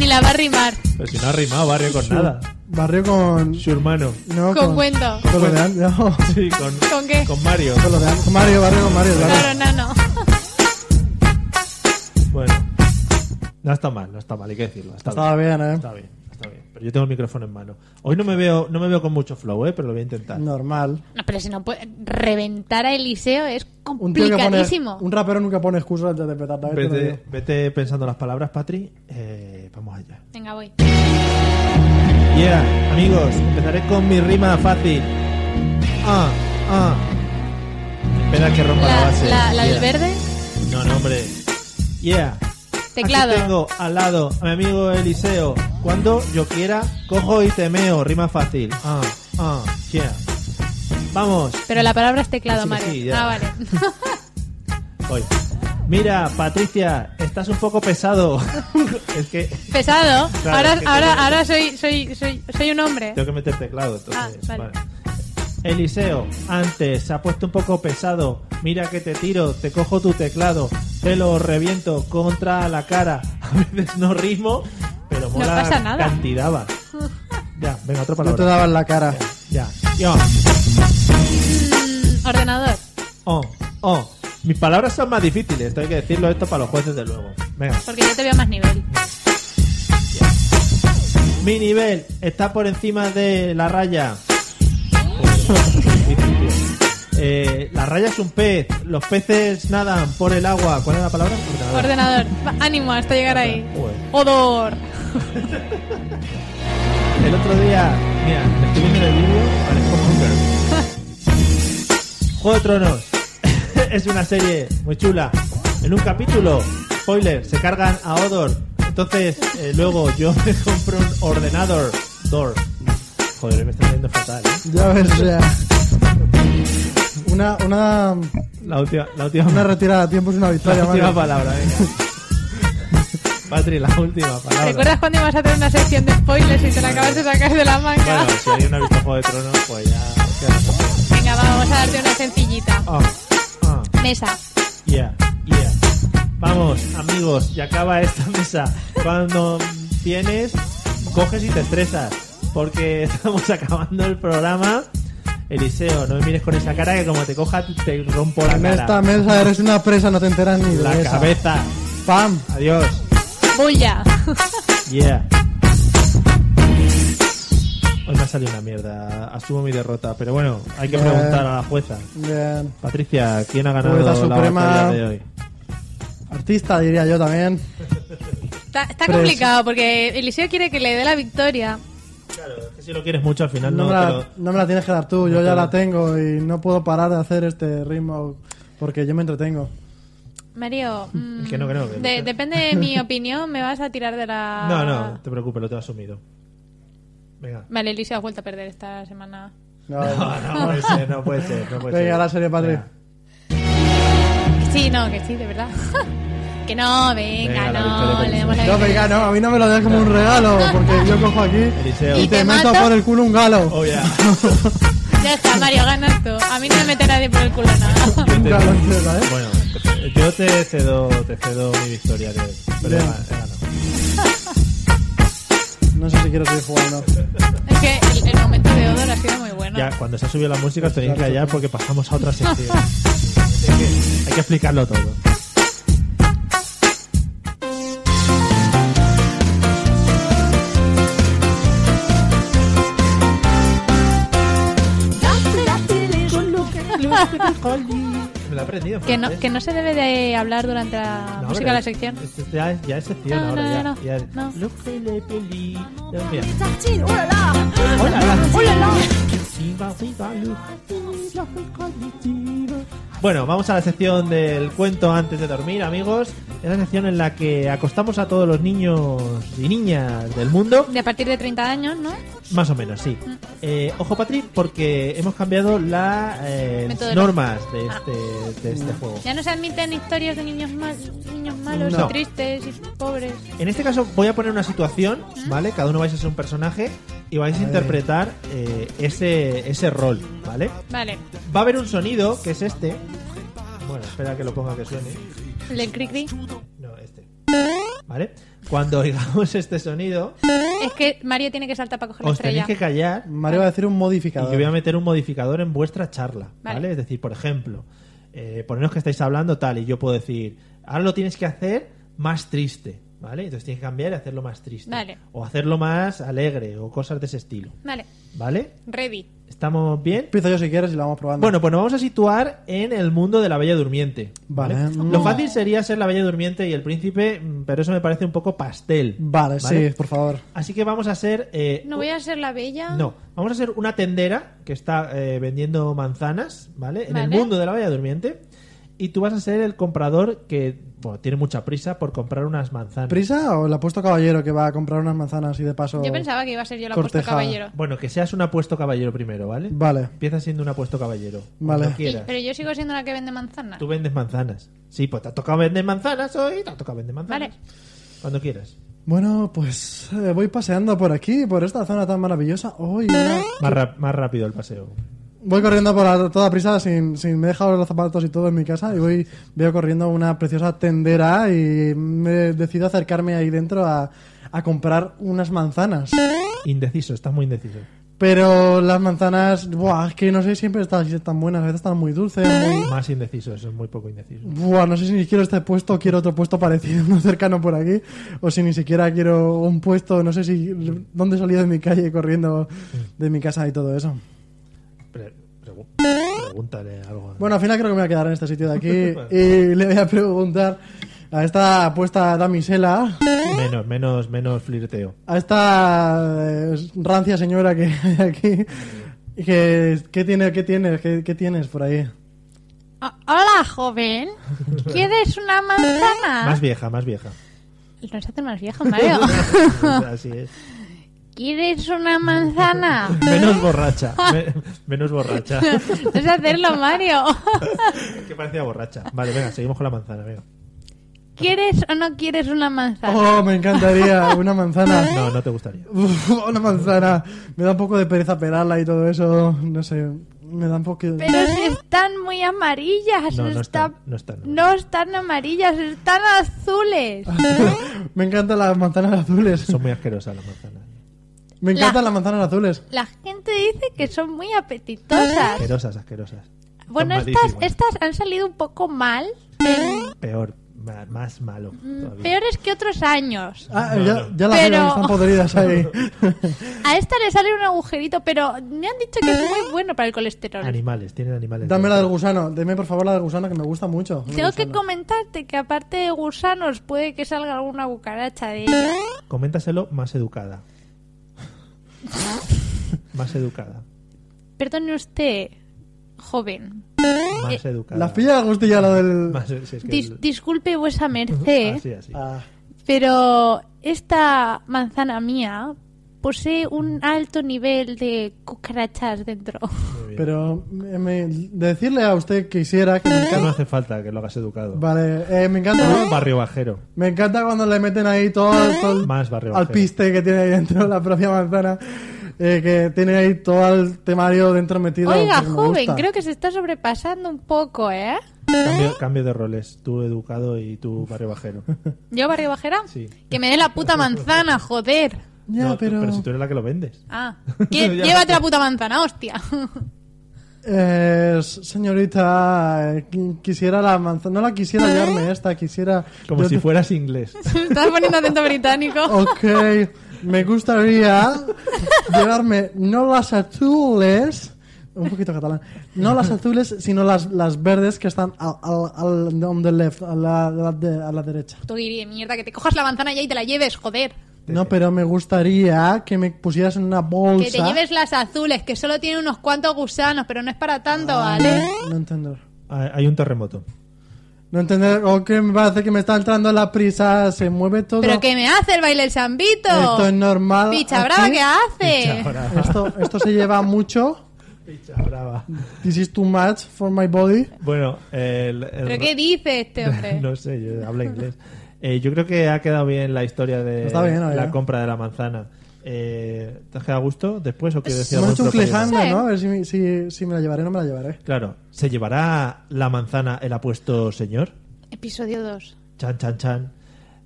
S3: Ni la va a rimar.
S1: Pero si no ha rimado barrio con nada.
S2: Barrio con...
S1: Su hermano.
S2: No,
S3: Con cuento.
S2: Con lo de an- no.
S1: Sí, con,
S3: ¿Con qué?
S1: con Mario.
S2: Con lo de an- con Mario, barrio con Mario. barrio.
S3: Claro, no, no.
S1: Bueno. No está mal, no está mal, hay que decirlo. Está
S2: Estaba
S1: bien.
S2: bien, eh.
S1: Está bien, está bien. Pero yo tengo el micrófono en mano. Hoy no me veo, no me veo con mucho flow, eh, pero lo voy a intentar.
S2: Normal.
S3: No, pero si no puede... Reventar a Eliseo es
S2: Un tío que pone,
S3: complicadísimo.
S2: un rapero nunca pone excusas antes de empezar. también te lo
S1: Vete,
S2: digo.
S1: vete pensando las palabras, Patri. Eh, vamos allá.
S3: Venga, voy.
S1: Yeah, amigos, empezaré con mi rima fácil. Ah, ah. Espera que rompa la,
S3: La,
S1: base.
S3: la- la del
S1: Yeah.
S3: verde,
S1: No, no, hombre. Yeah.
S3: te Teclado.
S1: Aquí tengo al lado a mi amigo Eliseo. Cuando yo quiera, cojo y temeo. Rima fácil. Ah, ah, yeah. Vamos.
S3: Pero la palabra es teclado,
S1: Sí,
S3: Mario.
S1: sí, ya.
S3: ah, vale.
S1: Voy. Mira, Patricia, estás un poco pesado. es que
S3: Pesado.
S1: Claro,
S3: ahora
S1: es que
S3: ahora,
S1: tengo-
S3: ahora soy, soy, soy, soy un hombre.
S1: tengo que meter teclado. Entonces,
S3: Ah, vale.
S1: Eliseo, antes se ha puesto un poco pesado. Mira que te tiro, te cojo tu teclado, te lo reviento contra la cara. A veces no ritmo, pero mola
S3: pasa nada.
S1: cantidad. va. Ya, venga, otra
S2: No
S1: palabra.
S2: te daban la cara.
S1: Ya. Yo.
S3: Mm, ordenador.
S1: Oh, oh. Mis palabras son más difíciles, esto hay que decirlo esto para los jueces de luego. Venga.
S3: Porque yo te veo más nivel.
S1: Mi nivel está por encima de la raya. Eh, la raya es un pez. Los peces nadan por el agua. ¿Cuál es la palabra?
S3: Ordenador. Va, Ánimo hasta llegar ahí.
S1: Joder.
S3: Odor.
S1: El otro día, mira, me estoy viendo el vídeo, parezco Hunger. Juego de Tronos es una serie muy chula. En un capítulo, spoiler, se cargan a Odor. Entonces, eh, luego yo me compro un ordenador. Door. Joder, me está saliendo fatal. ¿eh?
S2: Ya ves, o sea. Una, una,
S1: La última, la última,
S2: una retirada a tiempo es una
S1: la
S2: victoria,
S1: última
S2: Mario.
S1: palabra, venga. Patri, la última palabra.
S3: ¿Recuerdas cuando ibas a hacer una sección de spoilers y te la acabas de sacar de la manga?
S1: Bueno, si alguien no ha visto Juego de Tronos, pues ya.
S3: Venga, va, vamos a darte una sencillita.
S1: Ah, ah.
S3: Mesa.
S1: Yeah, yeah. Vamos, amigos, y acaba esta mesa. Cuando tienes, coges y te estresas. Porque estamos acabando el programa. Eliseo, no me mires con esa cara que como te coja te rompo la
S2: En esta
S1: cara.
S2: mesa eres una presa, no te enteras ni de
S1: La
S2: esa.
S1: cabeza.
S2: ¡Pam!
S1: Adiós.
S3: Bulla.
S1: Yeah. Hoy me ha salido una mierda. Asumo mi derrota. Pero bueno, hay que
S2: Bien.
S1: preguntar a la jueza.
S2: Bien.
S1: Patricia, ¿quién ha ganado
S2: Jueza
S1: la
S2: suprema.
S1: batalla de hoy?
S2: Artista, diría yo también.
S3: Está, está
S2: Tres.
S3: complicado porque Eliseo quiere que le dé la victoria.
S1: Claro, es que si lo quieres mucho al final
S2: No,
S1: no,
S2: me
S1: te
S2: la,
S1: lo-
S2: no me la tienes que dar tú,
S1: no
S2: yo
S1: te
S2: ya
S1: la-
S2: la tengo y no puedo parar de hacer este ritmo porque yo me entretengo.
S3: Mario, mm,
S1: Que no, que no, que no.
S3: de- depende de mi opinión, me vas a tirar de la...
S1: No, no,
S3: Ah.
S1: no te preocupes, lo tengo asumido. Venga.
S3: Vale, Eliseo ha vuelto a perder esta semana.
S2: No,
S1: No, no puede ser, no puede ser. No puede
S2: Venga,
S1: ser.
S2: la serie, padre.
S1: Venga.
S3: Que Sí, no, que sí, de verdad. que no, venga,
S1: Venga, la
S3: no,
S1: victoria
S3: le damos la
S2: No,
S3: victoria.
S2: venga, no, a mí no me lo des como un regalo porque yo cojo aquí
S1: Eliseo.
S2: y
S1: ¿Y
S2: te
S3: te
S2: meto
S3: mato?
S2: por el culo un galo.
S1: Oh, yeah.
S3: Ya está, Mario, ganas tú. A mí no me mete nadie por el culo nada.
S1: Yo
S2: Un
S1: te-
S2: galo entero, ¿eh?
S1: Bueno, yo te cedo, te cedo mi victoria de hoy. Pero
S2: Bien.
S1: he ganado.
S2: No sé si quiero seguir jugando.
S3: Es que el, el momento de Odor ha sido muy bueno.
S1: Ya, cuando se ha subido la música os tenéis que callar porque pasamos a otra sección. Hay que- Hay que explicarlo todo. Me la he aprendido.
S3: Que no, que no se debe de hablar durante la música de la sección.
S1: Ya es, ya es sección
S3: No,
S1: ahora.
S3: no,
S1: ya,
S3: no, no.
S1: ya es-
S3: No.
S1: Look, Felipe, Felipe. Ya, mira. Bueno, vamos a la sección del cuento antes de dormir, amigos. Es la sección en la que acostamos a todos los niños y niñas del mundo.
S3: De a partir de 30 años, ¿no?
S1: Más o menos, sí. Eh, ojo, Patrick, porque hemos cambiado eh, las
S3: Metodología.
S1: normas de este, de este juego.
S3: Ya no se admiten historias de niños, mal, niños malos,
S1: No.
S3: y tristes y pobres.
S1: En este caso voy a poner una situación, ¿vale? Cada uno vais a ser un personaje y vais a interpretar eh, ese, ese rol, ¿vale?
S3: Vale,
S1: Va a haber un sonido, que es este. Bueno, espera que lo ponga que suene.
S3: el del cri-cri.
S1: No, este. ¿Vale? Cuando oigamos este sonido,
S3: Es que Mario tiene que saltar para coger la
S1: os tenéis
S3: estrella.
S1: que callar
S2: Mario va a decir
S1: y
S2: un
S1: yo voy a
S2: modificador.
S1: meter un modificador en vuestra charla, ¿vale?
S3: Vale.
S1: Es decir, por ejemplo, eh, poneros que estáis hablando tal y yo puedo decir, ahora lo tienes que hacer más triste, ¿vale? Entonces tienes que cambiar y hacerlo más triste.
S3: Vale.
S1: O hacerlo más alegre o cosas de ese estilo,
S3: Vale,
S1: ¿vale?
S3: ready.
S1: ¿Estamos bien?
S2: Empiezo yo si quieres y lo vamos probando.
S1: Bueno, pues nos vamos a situar en el mundo de la Bella Durmiente. ¿vale?
S2: Vale.
S1: Lo fácil sería ser la Bella Durmiente y el Príncipe, mm, pero eso me parece un poco pastel.
S2: Vale,
S1: ¿vale?
S2: sí, por favor.
S1: Así que vamos a ser... eh,
S3: No voy a ser la bella.
S1: no, vamos a ser una tendera que está eh, vendiendo manzanas, ¿vale? En el
S3: Vale.
S1: mundo de la Bella Durmiente. y tú vas a ser el comprador que bueno, tiene mucha prisa por comprar unas manzanas.
S2: ¿Prisa o el apuesto caballero que va a comprar unas manzanas y de paso.
S3: Yo pensaba que iba a ser yo la puesto
S2: corteja.
S3: caballero.
S1: Bueno, que seas un apuesto caballero primero, ¿vale?
S2: Vale.
S1: Empieza siendo un apuesto caballero.
S2: Vale.
S1: cuando
S3: Y-
S1: quieras.
S3: pero yo sigo siendo la que vende manzanas.
S1: Tú vendes manzanas. Sí, pues te ha tocado vender manzanas hoy, te ha tocado vender manzanas.
S3: Vale.
S1: Cuando quieras.
S2: Bueno, pues eh, voy paseando por aquí, por esta zona tan maravillosa. Uy, una-
S1: Más, ra- más rápido el paseo.
S2: Voy corriendo por a toda prisa, sin, sin- me he dejado los zapatos y todo en mi casa y voy veo corriendo una preciosa tendera y me decido acercarme ahí dentro a, a comprar unas manzanas.
S1: Indeciso, estás muy indeciso.
S2: Pero las manzanas, buah, es que no sé siempre están si están buenas, a veces están muy dulces, muy...
S1: Más indeciso, eso es muy poco indeciso.
S2: Buah, no sé si quiero este puesto o quiero otro puesto parecido, más cercano por aquí, o si ni siquiera quiero un puesto, no sé si dónde he salido de mi calle corriendo de mi casa y todo eso.
S1: Pre- pregu- pregúntale algo.
S2: Bueno, al final creo que me voy a quedar en este sitio de aquí y le voy a preguntar a esta apuesta damisela,
S1: Menos, menos, menos flirteo.
S2: a esta eh, rancia señora que hay aquí, y que, ¿qué, tiene, qué, tiene, qué, qué tienes por ahí?
S3: Ah, hola, joven. ¿Quieres una manzana?
S1: Más vieja, más vieja.
S3: No se hace más vieja, Mario.
S1: Así es.
S3: ¿Quieres una manzana?
S1: Menos borracha. me- menos borracha.
S3: No sé hacerlo, Mario.
S1: que parecía borracha. Vale, venga, seguimos con la manzana, venga.
S3: ¿Quieres o no quieres una manzana?
S2: Oh, me encantaría una manzana.
S1: No, no te gustaría.
S2: Uf, una manzana. Me da un poco de pereza pelarla y todo eso. No sé. Me da un poco.
S3: Pero si están muy amarillas.
S1: No, no
S3: está-
S1: están, no están.
S3: no están amarillas, están azules. ¿eh?
S2: Me encantan las manzanas azules.
S1: Son muy asquerosas las manzanas.
S2: Me
S3: La-
S2: encantan las manzanas azules.
S3: La gente dice que son muy apetitosas.
S1: Asquerosas, asquerosas. Son
S3: Bueno, estas,
S1: malísimas.
S3: estas han salido un poco mal. eh,
S1: Peor, ma- más malo.
S3: Mm,
S1: todavía.
S3: Peores que otros años.
S2: Ah, ya, ya las
S3: Pero-
S2: veo, están podridas ahí.
S3: A esta le sale un agujerito, pero me han dicho que es muy bueno para el colesterol.
S1: Animales, tienen animales.
S2: Dame la del
S1: dentro.
S2: gusano. Deme por favor la del gusano que me gusta mucho. Una
S3: Tengo que
S2: gusana.
S3: comentarte que aparte de gusanos puede que salga alguna cucaracha de ella.
S1: Coméntaselo más educada. más educada.
S3: Perdone usted, joven.
S1: Más educada.
S2: Las pilla Agustilla la del.
S1: Más- si es que
S3: Eh, Dis-
S1: el-
S3: disculpe vuesa merced,
S1: Así, así.
S2: Ah,
S3: pero esta manzana mía posee un alto nivel de cucarachas dentro.
S1: Muy bien.
S2: pero me- me- decirle a usted que hiciera que me
S1: Que No
S2: encanta.
S1: hace falta que lo hagas educado.
S2: Vale, eh, me encanta.
S1: Más barrio bajero.
S2: Me encanta cuando le meten ahí todo, todo el-
S1: Más barrio
S2: al
S1: bajero.
S2: piste que tiene ahí dentro la propia manzana, eh, que tiene ahí todo el temario dentro metido.
S3: Oiga,
S2: porque me
S3: joven,
S2: gusta.
S3: creo que se está sobrepasando un poco, ¿eh?
S1: Cambio, cambio de roles. Tú educado y tú barrio bajero.
S3: ¿Yo, barrio bajera?
S1: Sí.
S3: Que me dé la puta manzana, joder.
S2: Ya,
S1: No, tú-
S2: pero...
S1: si tú eres la que lo vendes.
S3: Ah,
S1: Ya.
S3: que llévate la puta manzana, hostia.
S2: Eh, s- señorita, eh, qui- quisiera la manzana... No la quisiera
S3: ¿Eh?
S2: hallarme esta, quisiera...
S1: Como
S2: yo
S1: si
S2: te-
S1: fueras inglés.
S3: Estás poniendo acento
S1: Oh.
S3: británico.
S2: Ok, me gustaría llevarme no las azules... Un poquito catalán. No las azules, sino las, las verdes que están al, al- al- on the left, a la- a la de- a la derecha.
S3: Tú dirías, mierda, que te cojas la manzana ya y te la lleves, joder.
S2: No, pero me gustaría que me pusieras en una bolsa.
S3: Que te lleves las azules, que solo tiene unos cuantos gusanos, pero no es para tanto, ¿vale?
S2: No entender.
S1: Ah, Hay un terremoto.
S2: No entender. O que me parece que me está entrando la prisa, se mueve todo.
S3: Pero que me hace el baile el sambito.
S2: Esto es normal.
S3: Picha
S2: aquí.
S3: brava, ¿qué hace?
S2: Esto, esto se lleva mucho.
S1: Picha brava.
S2: This is too much for my body.
S1: Bueno, el, el-
S3: ¿Pero qué dice este hombre?
S1: no sé, yo habla inglés. Eh, yo creo que ha quedado bien la historia de
S2: Está bien, ¿no?
S1: la
S2: Ya.
S1: compra de la manzana. Eh, ¿Te has quedado a gusto después o quieres decir
S2: Hemos
S1: algún
S2: hecho un
S1: otro pedido?
S2: cliffhanger,
S3: Sí.
S2: ¿no? A ver si, me- si, si me la llevaré o no me la llevaré.
S1: Claro, ¿se llevará la manzana el apuesto señor?
S3: Episodio 2.
S1: Chan, chan, chan.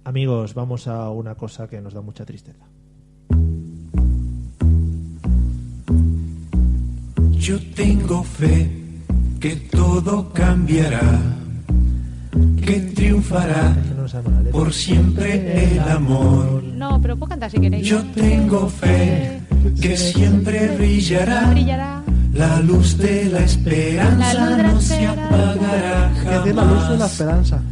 S1: Amigos, vamos a una cosa que nos da mucha tristeza.
S8: Yo tengo fe que todo cambiará, que triunfará
S1: Que no nos sabemos la letra.
S8: por siempre el amor.
S3: No, pero puedo cantar si queréis.
S8: Yo tengo fe que siempre brillará,
S3: Brillará
S8: la luz de la
S3: La luz
S8: esperanza
S3: de la
S8: no se
S3: esperanza.
S8: apagará
S2: Que es la luz de la
S8: jamás.
S2: esperanza.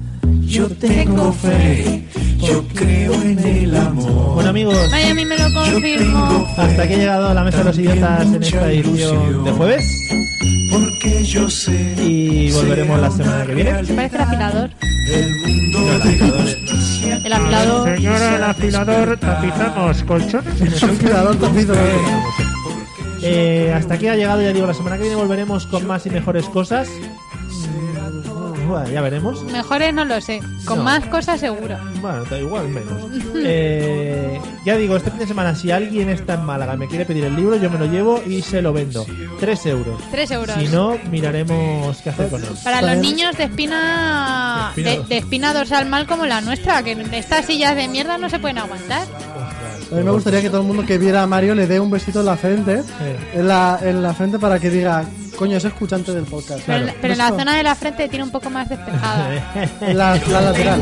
S8: Yo tengo fe, yo creo en el amor.
S1: Bueno, amigos,
S3: Miami me lo
S8: Yo tengo
S3: confirmó.
S1: hasta aquí ha llegado la mesa de los idiotas en esta edición de jueves.
S8: porque que yo sé.
S1: Y volveremos la semana que viene.
S3: ¿Te parece el afilador?
S8: El mundo de justicia.
S3: El afilador.
S9: Señora, el afilador, tapizamos colchones.
S2: Soy cuidador, tapizo, eh.
S1: Eh, hasta aquí ha llegado, ya digo, la semana que viene volveremos con más y mejores cosas. Mm, Bueno, ya veremos.
S3: Mejores no lo sé. Con
S1: No.
S3: más cosas seguro.
S1: Bueno, da igual menos. Eh, ya digo, este fin de semana, si alguien está en Málaga y me quiere pedir el libro, yo me lo llevo y se lo vendo. 3 euros.
S3: Tres euros.
S1: Si no, miraremos qué hacer con él.
S3: Para los
S2: Vale.
S3: niños de espina,
S1: De
S3: de,
S1: espina-
S3: de espina dorsal mal como la nuestra, que estas sillas de mierda no se pueden aguantar.
S2: A mí me gustaría que todo el mundo que viera a Mario le dé un besito en la frente. En la, en la frente para que diga, coño, es escuchante del podcast.
S3: Pero, en la- pero en la
S2: Esto-
S3: zona de la frente tiene un poco más despejada.
S2: en la, la lateral.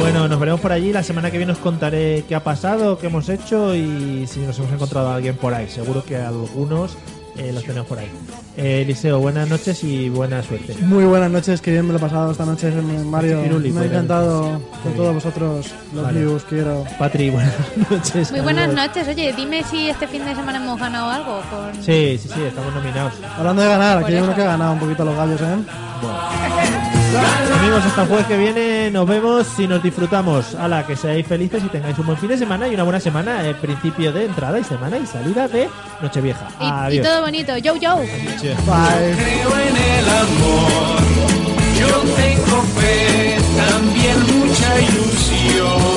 S1: Bueno, nos veremos por allí. La semana que viene os contaré qué ha pasado, qué hemos hecho y si nos hemos encontrado a alguien por ahí. Seguro que algunos eh, los tenemos por ahí. Eh, Eliseo, buenas noches y buena suerte.
S2: Muy buenas noches, que bien me lo he pasado esta noche, Mario.
S1: Piruli,
S2: Me ha
S1: pues,
S2: encantado
S1: Muy
S2: con todos vosotros los
S1: Vale.
S2: views, quiero.
S1: Patri, buenas noches.
S3: Muy buenas
S1: Saludos.
S3: noches. Oye, dime si este fin de semana hemos ganado algo. Con...
S1: Sí, sí, sí, estamos nominados.
S2: Hablando de ganar,
S3: Por
S2: que yo
S3: eso.
S2: creo que ha ganado un poquito los gallos, ¿eh?
S1: Amigos, hasta el jueves que viene nos vemos y nos disfrutamos. Ala, que seáis felices y tengáis un buen fin de semana y una buena semana. eh, principio de entrada y semana y salida de Nochevieja.
S3: Y- Y,
S1: Adiós.
S3: todo bonito. Yo, yo.
S1: Che.
S2: Bye.
S8: Creo en el amor. Yo tengo fe, también mucha ilusión.